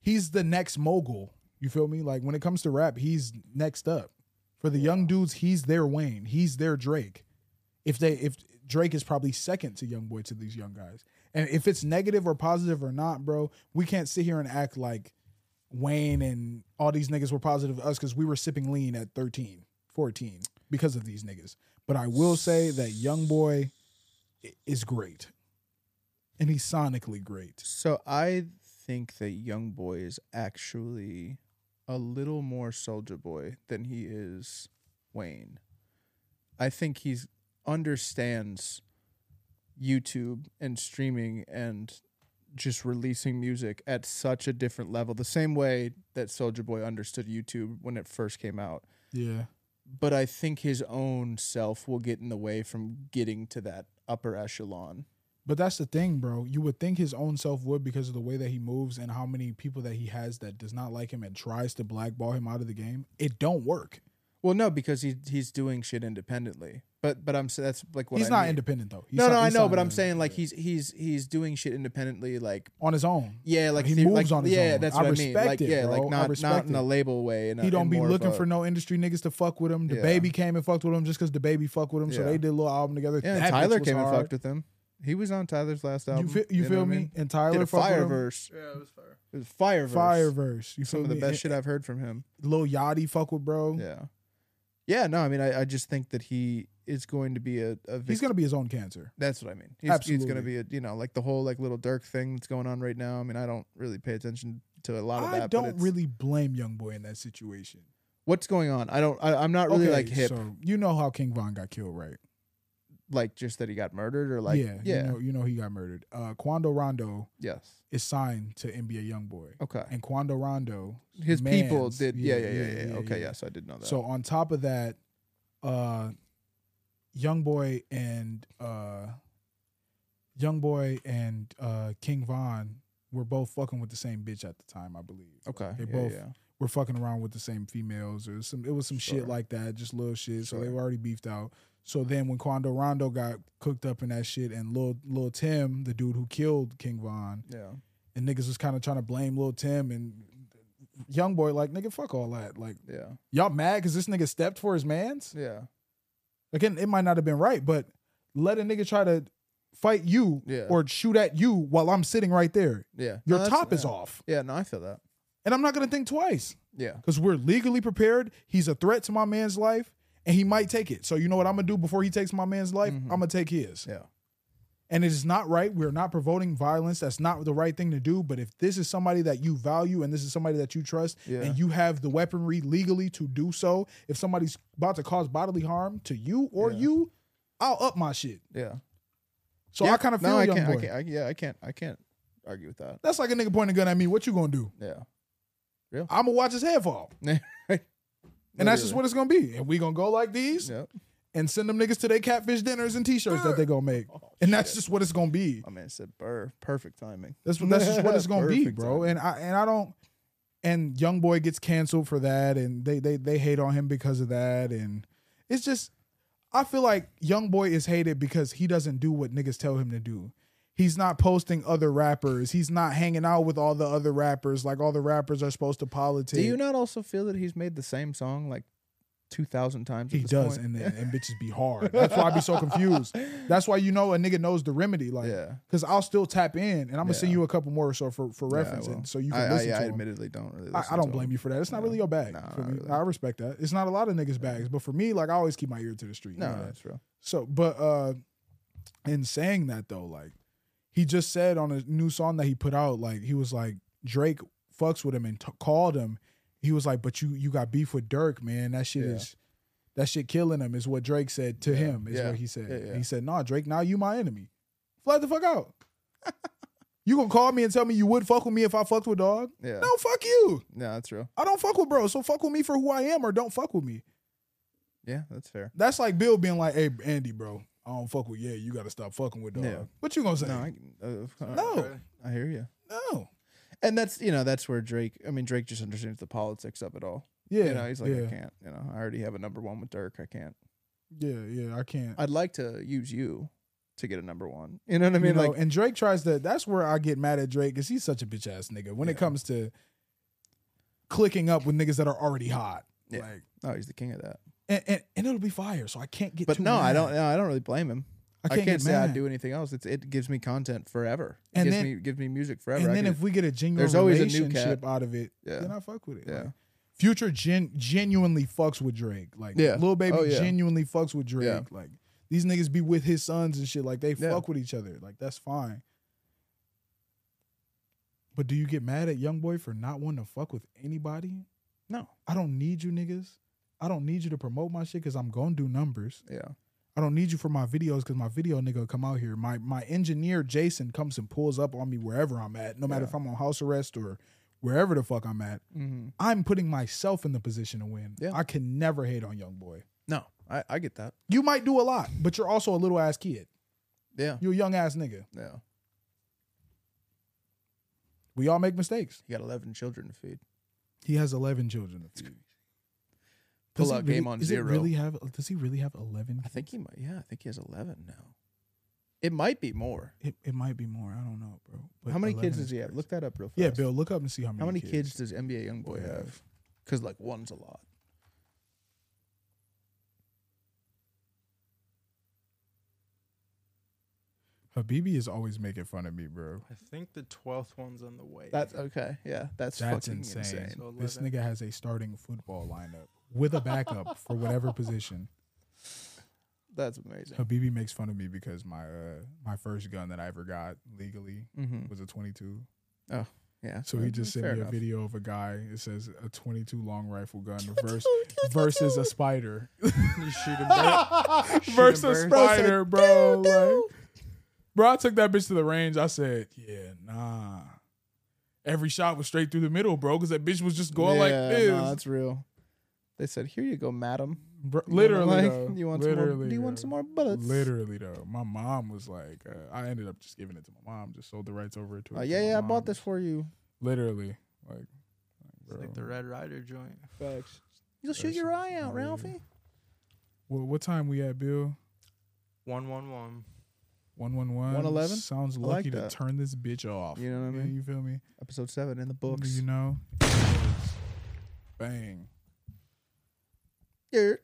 S1: he's the next mogul. You feel me? Like when it comes to rap, he's next up. For the young dudes, he's their Wayne. He's their Drake. If they if Drake is probably second to young boy to these young guys. And if it's negative or positive or not, bro, we can't sit here and act like Wayne and all these niggas were positive of us because we were sipping lean at 13, 14 because of these niggas. But I will say that young boy i- is great. And he's sonically great.
S2: So I think that Young Boy is actually a little more Soldier Boy than he is Wayne. I think he's understands YouTube and streaming and just releasing music at such a different level, the same way that Soldier Boy understood YouTube when it first came out
S1: Yeah.
S2: but I think his own self will get in the way from getting to that upper echelon.
S1: But that's the thing, bro. You would think his own self would because of the way that he moves and how many people that he has that does not like him and tries to blackball him out of the game. It don't work.
S2: Well, no, because he he's doing shit independently. But but I'm s- that's like what
S1: he's
S2: I
S1: not
S2: mean.
S1: independent though. He's
S2: No, no,
S1: not-
S2: I
S1: he's
S2: know,
S1: not
S2: but I'm
S1: independent.
S2: saying like he's he's he's doing shit independently, like
S1: on his own.
S2: yeah, like
S1: He
S2: the-
S1: moves
S2: like,
S1: on his
S2: yeah,
S1: own.
S2: that's
S1: I
S2: what I mean,
S1: respect
S2: like
S1: it,
S2: yeah,
S1: bro.
S2: like
S1: I
S2: not not
S1: respect
S2: in a
S1: it.
S2: label way. And
S1: He don't be looking
S2: a,
S1: for no industry niggas to fuck with him. The
S2: Yeah.
S1: baby came and fucked with him just because the baby fucked with him. So
S2: Yeah.
S1: they did a little album together.
S2: Yeah, and
S1: That bitch
S2: Tyler
S1: was
S2: came and
S1: hard.
S2: fucked with him. He was on Tyler's last album.
S1: You feel, you
S2: know
S1: feel
S2: what I
S1: me?
S2: mean?
S1: And Tyler
S2: Did a
S1: fucked
S2: fire
S1: with him.
S2: verse.
S3: Yeah, it was fire.
S2: It was fire verse.
S1: Fire verse. You feel
S2: Some of the
S1: me?
S2: best shit I've heard from him.
S1: Lil Yachty fuck with bro.
S2: Yeah. Yeah, no, I mean, I, I just think that he is going to be a, a
S1: He's
S2: victim.
S1: gonna be his own cancer.
S2: That's what I mean. He's, he's going to
S1: Absolutely.
S2: be a, you know, like the whole like little Dirk thing that's going on right now. I mean, I don't really pay attention to a lot of
S1: I
S2: that. but
S1: don't
S2: it's-
S1: really blame young boy in that situation.
S2: What's going on? I don't. I, I'm not really like hip.
S1: So you know how King Von got killed, right?
S2: Like just that he got murdered or like yeah,
S1: yeah, You know, you know he got murdered. Uh, Quando Rondo
S2: yes.
S1: is signed to NBA YoungBoy,
S2: Okay.
S1: and Quando Rondo,
S2: His people
S1: mans-
S2: did. Yeah, yeah, yeah, yeah. okay, yes, I did know that.
S1: So on top of that, uh Young Boy and uh Young Boy and uh King Von were both fucking with the same bitch at the time, I believe.
S2: okay,
S1: they
S2: yeah,
S1: both-
S2: yeah.
S1: Were fucking around with the same females or some it was some
S2: Sure.
S1: shit like that, just little shit. So they
S2: Sure.
S1: were already beefed out. So then when Quando Rondo got cooked up in that shit and Lil Lil Tim, the dude who killed King Von,
S2: yeah.
S1: and niggas was kind of trying to blame Lil Tim and Young Boy, like, nigga, fuck all that. Like,
S2: Yeah,
S1: y'all mad because this nigga stepped for his mans?
S2: yeah,
S1: again, it might not have been right, but let a nigga try to fight you
S2: Yeah.
S1: or shoot at you while I'm sitting right there.
S2: yeah. No,
S1: Your
S2: that's-
S1: top is
S2: yeah.
S1: off.
S2: Yeah, no, I feel that.
S1: And I'm not gonna think twice.
S2: Yeah,
S1: Because we're legally prepared. He's a threat to my man's life, and he might take it. So you know what I'm gonna do before he takes my man's life?
S2: Mhm.
S1: I'm gonna take his.
S2: yeah,
S1: And it is not right. We're not promoting violence. That's not the right thing to do. But if this is somebody that you value and this is somebody that you trust,
S2: Yeah.
S1: and you have the weaponry legally to do so, if somebody's about to cause bodily harm to you or
S2: Yeah.
S1: you, I'll up my shit.
S2: yeah.
S1: So
S2: Yeah,
S1: I kind of feel
S2: no, I
S1: young
S2: can't, I
S1: boy.
S2: can't, I, yeah, I can't. I can't argue with that.
S1: That's like a nigga pointing a gun at me. What you gonna do?
S2: Yeah,
S1: I'm gonna watch his
S2: <laughs>
S1: head fall,
S2: and
S1: and that's just what it's gonna be. And we gonna go like these
S2: Yeah.
S1: and send them niggas to their catfish dinners and t-shirts that they gonna make.
S2: <laughs> Oh,
S1: And that's
S2: shit.
S1: just what it's gonna be.
S2: My man said, "Burr, perfect timing."
S1: That's what that's just what
S2: <laughs>
S1: it's gonna be,
S2: Perfect
S1: bro.
S2: timing.
S1: And I and I don't. And young boy gets canceled for that, and they they they hate on him because of that, and it's just. I feel like young boy is hated because he doesn't do what niggas tell him to do. He's not posting other rappers. He's not hanging out with all the other rappers like all the rappers are supposed to politic.
S2: Do you not also feel that he's made the same song like two thousand times? at
S1: He
S2: this
S1: does,
S2: point?
S1: and then and bitches be hard. That's why I be
S2: <laughs>
S1: so confused. That's why you know a nigga knows the remedy, like,
S2: yeah,
S1: because I'll still tap in, and I'm gonna send
S2: Yeah.
S1: you a couple more or so for for
S2: Yeah, I
S1: reference,
S2: will.
S1: and so you
S2: I,
S1: can
S2: I,
S1: listen
S2: yeah,
S1: to
S2: I
S1: 'em.
S2: admittedly don't really.
S1: I,
S2: Listen to
S1: I don't
S2: 'em.
S1: blame you for that. It's not
S2: Yeah.
S1: really your bag.
S2: Nah,
S1: for
S2: not
S1: me.
S2: really.
S1: I respect that. It's not a lot of niggas' bags, but for me, like I always keep my ear to the street. you
S2: No,
S1: know that.
S2: that's real.
S1: So, but uh in saying that though, like he just said on a new song that he put out, like he was like Drake fucks with him and t- called him. He was like, "But you you got beef with Dirk, man. That shit
S2: Yeah.
S1: is that shit killing him." Is what Drake said to
S2: Yeah.
S1: him. Is
S2: Yeah.
S1: what he said.
S2: Yeah, yeah.
S1: He said, "Nah, Drake, now you my enemy. Fly the fuck out. <laughs> you gonna call me and tell me you would fuck with me if I fucked with dog?
S2: Yeah,
S1: No, fuck you.
S2: no, that's real.
S1: I don't fuck with bro. So fuck with me for who I am, or don't fuck with me.
S2: Yeah, that's fair.
S1: That's like Bill being like, "Hey, Andy, bro, I don't fuck with. Yeah, you got to stop fucking with dog.
S2: Yeah.
S1: What you gonna say?
S2: No, I, uh,
S1: No.
S2: I hear you.
S1: no.
S2: And that's you know that's where Drake. I mean, Drake just understands the politics of it all.
S1: Yeah,
S2: you know, he's like,
S1: yeah,
S2: I can't. You know, I already have a number one with Dirk. I can't.
S1: yeah, yeah. I can't.
S2: I'd like to use you to get a number one. You know what I mean?
S1: you know,
S2: like,
S1: and Drake tries to. That's where I get mad at Drake because he's such a bitch ass nigga when it
S2: Yeah.
S1: comes to clicking up with niggas that are already hot.
S2: Yeah.
S1: Like,
S2: no, oh, he's the king of that.
S1: and, and and it'll be fire. So I can't get.
S2: But
S1: too
S2: no, I
S1: mad.
S2: don't. No, I don't really blame him. I
S1: I can't
S2: can't,
S1: get
S2: say I
S1: mad.
S2: do anything else. It's, it gives me content forever. It
S1: And
S2: gives
S1: then-
S2: me gives me music forever.
S1: And
S2: I
S1: then
S2: can-
S1: if we get a genuine
S2: There's always a new cat.
S1: relationship out of it,
S2: Yeah.
S1: then I fuck with it.
S2: Yeah.
S1: Like, Future gen- genuinely fucks with Drake. Like
S2: Yeah.
S1: little baby
S2: Oh, yeah.
S1: genuinely fucks with Drake.
S2: Yeah.
S1: Like these niggas be with his sons and shit. Like they
S2: Yeah.
S1: fuck with each other. Like that's fine. But do you get mad at young boy for not wanting to fuck with anybody?
S2: no,
S1: I don't need you niggas. I don't need you to promote my shit because I'm gonna do numbers.
S2: yeah,
S1: I don't need you for my videos because my video nigga come out here. My my engineer Jason comes and pulls up on me wherever I'm at, no matter
S2: Yeah.
S1: if I'm on house arrest or wherever the fuck I'm at.
S2: hmm
S1: I'm putting myself in the position to win.
S2: Yeah.
S1: I can never hate on young boy.
S2: no, I, I get that.
S1: You might do a lot, but you're also a little ass kid.
S2: Yeah.
S1: You a young ass nigga.
S2: Yeah.
S1: We all make mistakes.
S2: You got 11 children to feed.
S1: He has eleven children. to feed.
S2: Pull
S1: Does he
S2: out
S1: really-
S2: game on
S1: is it
S2: zero.
S1: really have? Does he really have eleven?
S2: I think he might. Yeah, I think he has 11 now. It might be more.
S1: It, it might be more. I don't know, bro. But
S2: how many
S1: 11
S2: kids
S1: is
S2: does he have?
S1: crazy.
S2: Look that up real fast.
S1: Yeah, Bill, look up and see how many.
S2: How many kids, does NBA YoungBoy have? Because like one's a lot.
S1: Habibi is always making fun of me, bro.
S3: I think the twelfth one's on the way.
S2: That's okay. Yeah, that's,
S1: That's
S2: fucking
S1: insane.
S2: insane.
S3: So
S1: This
S3: 11.
S1: nigga has a starting football lineup with a backup for
S2: <laughs>
S1: <laughs> whatever position.
S2: That's amazing.
S1: Habibi makes fun of me because my uh, my first gun that I ever got legally
S2: Mm-hmm.
S1: was a 22.
S2: Yeah.
S1: So he
S2: uh,
S1: just sent
S2: fair
S1: me a
S2: enough.
S1: video of a guy. It says a 22 long
S2: <laughs>
S1: rifle gun versus versus a spider <laughs>
S3: you shoot him back.
S1: versus a
S3: birds.
S1: spider, bro. Like, bro, I took that bitch to the range. I said, yeah, nah. Every shot was straight through the middle, bro, because that bitch was just going like
S2: Yeah,
S1: this.
S2: No, that's real. They said, "Here you go, madam."
S1: Bro,
S2: You know,
S1: literally,
S2: like,
S1: though.
S2: you want
S1: literally,
S2: some more? Do you want
S1: though.
S2: some more bullets?
S1: Literally though, my mom was like, uh, I ended up just giving it to my mom. Just sold the rights over to.
S2: Uh,
S1: her to
S2: yeah,
S1: my
S2: yeah. I
S1: mom.
S2: bought this for you.
S1: Literally, like, like,
S3: It's
S1: bro,
S3: like the Red Rider joint.
S2: Facts. You'll shoot
S1: That's
S2: your eye out,
S1: amazing.
S2: Ralphie.
S1: Wha- what time we at, Bill?
S3: One one one.
S1: One one one.
S2: 111?
S1: Sounds
S2: I like
S1: lucky
S2: that.
S1: to turn this bitch off.
S2: You know what I
S1: Yeah,
S2: mean?
S1: you feel me?
S2: Episode seven in the books.
S1: You know. Bang.
S2: Yeah.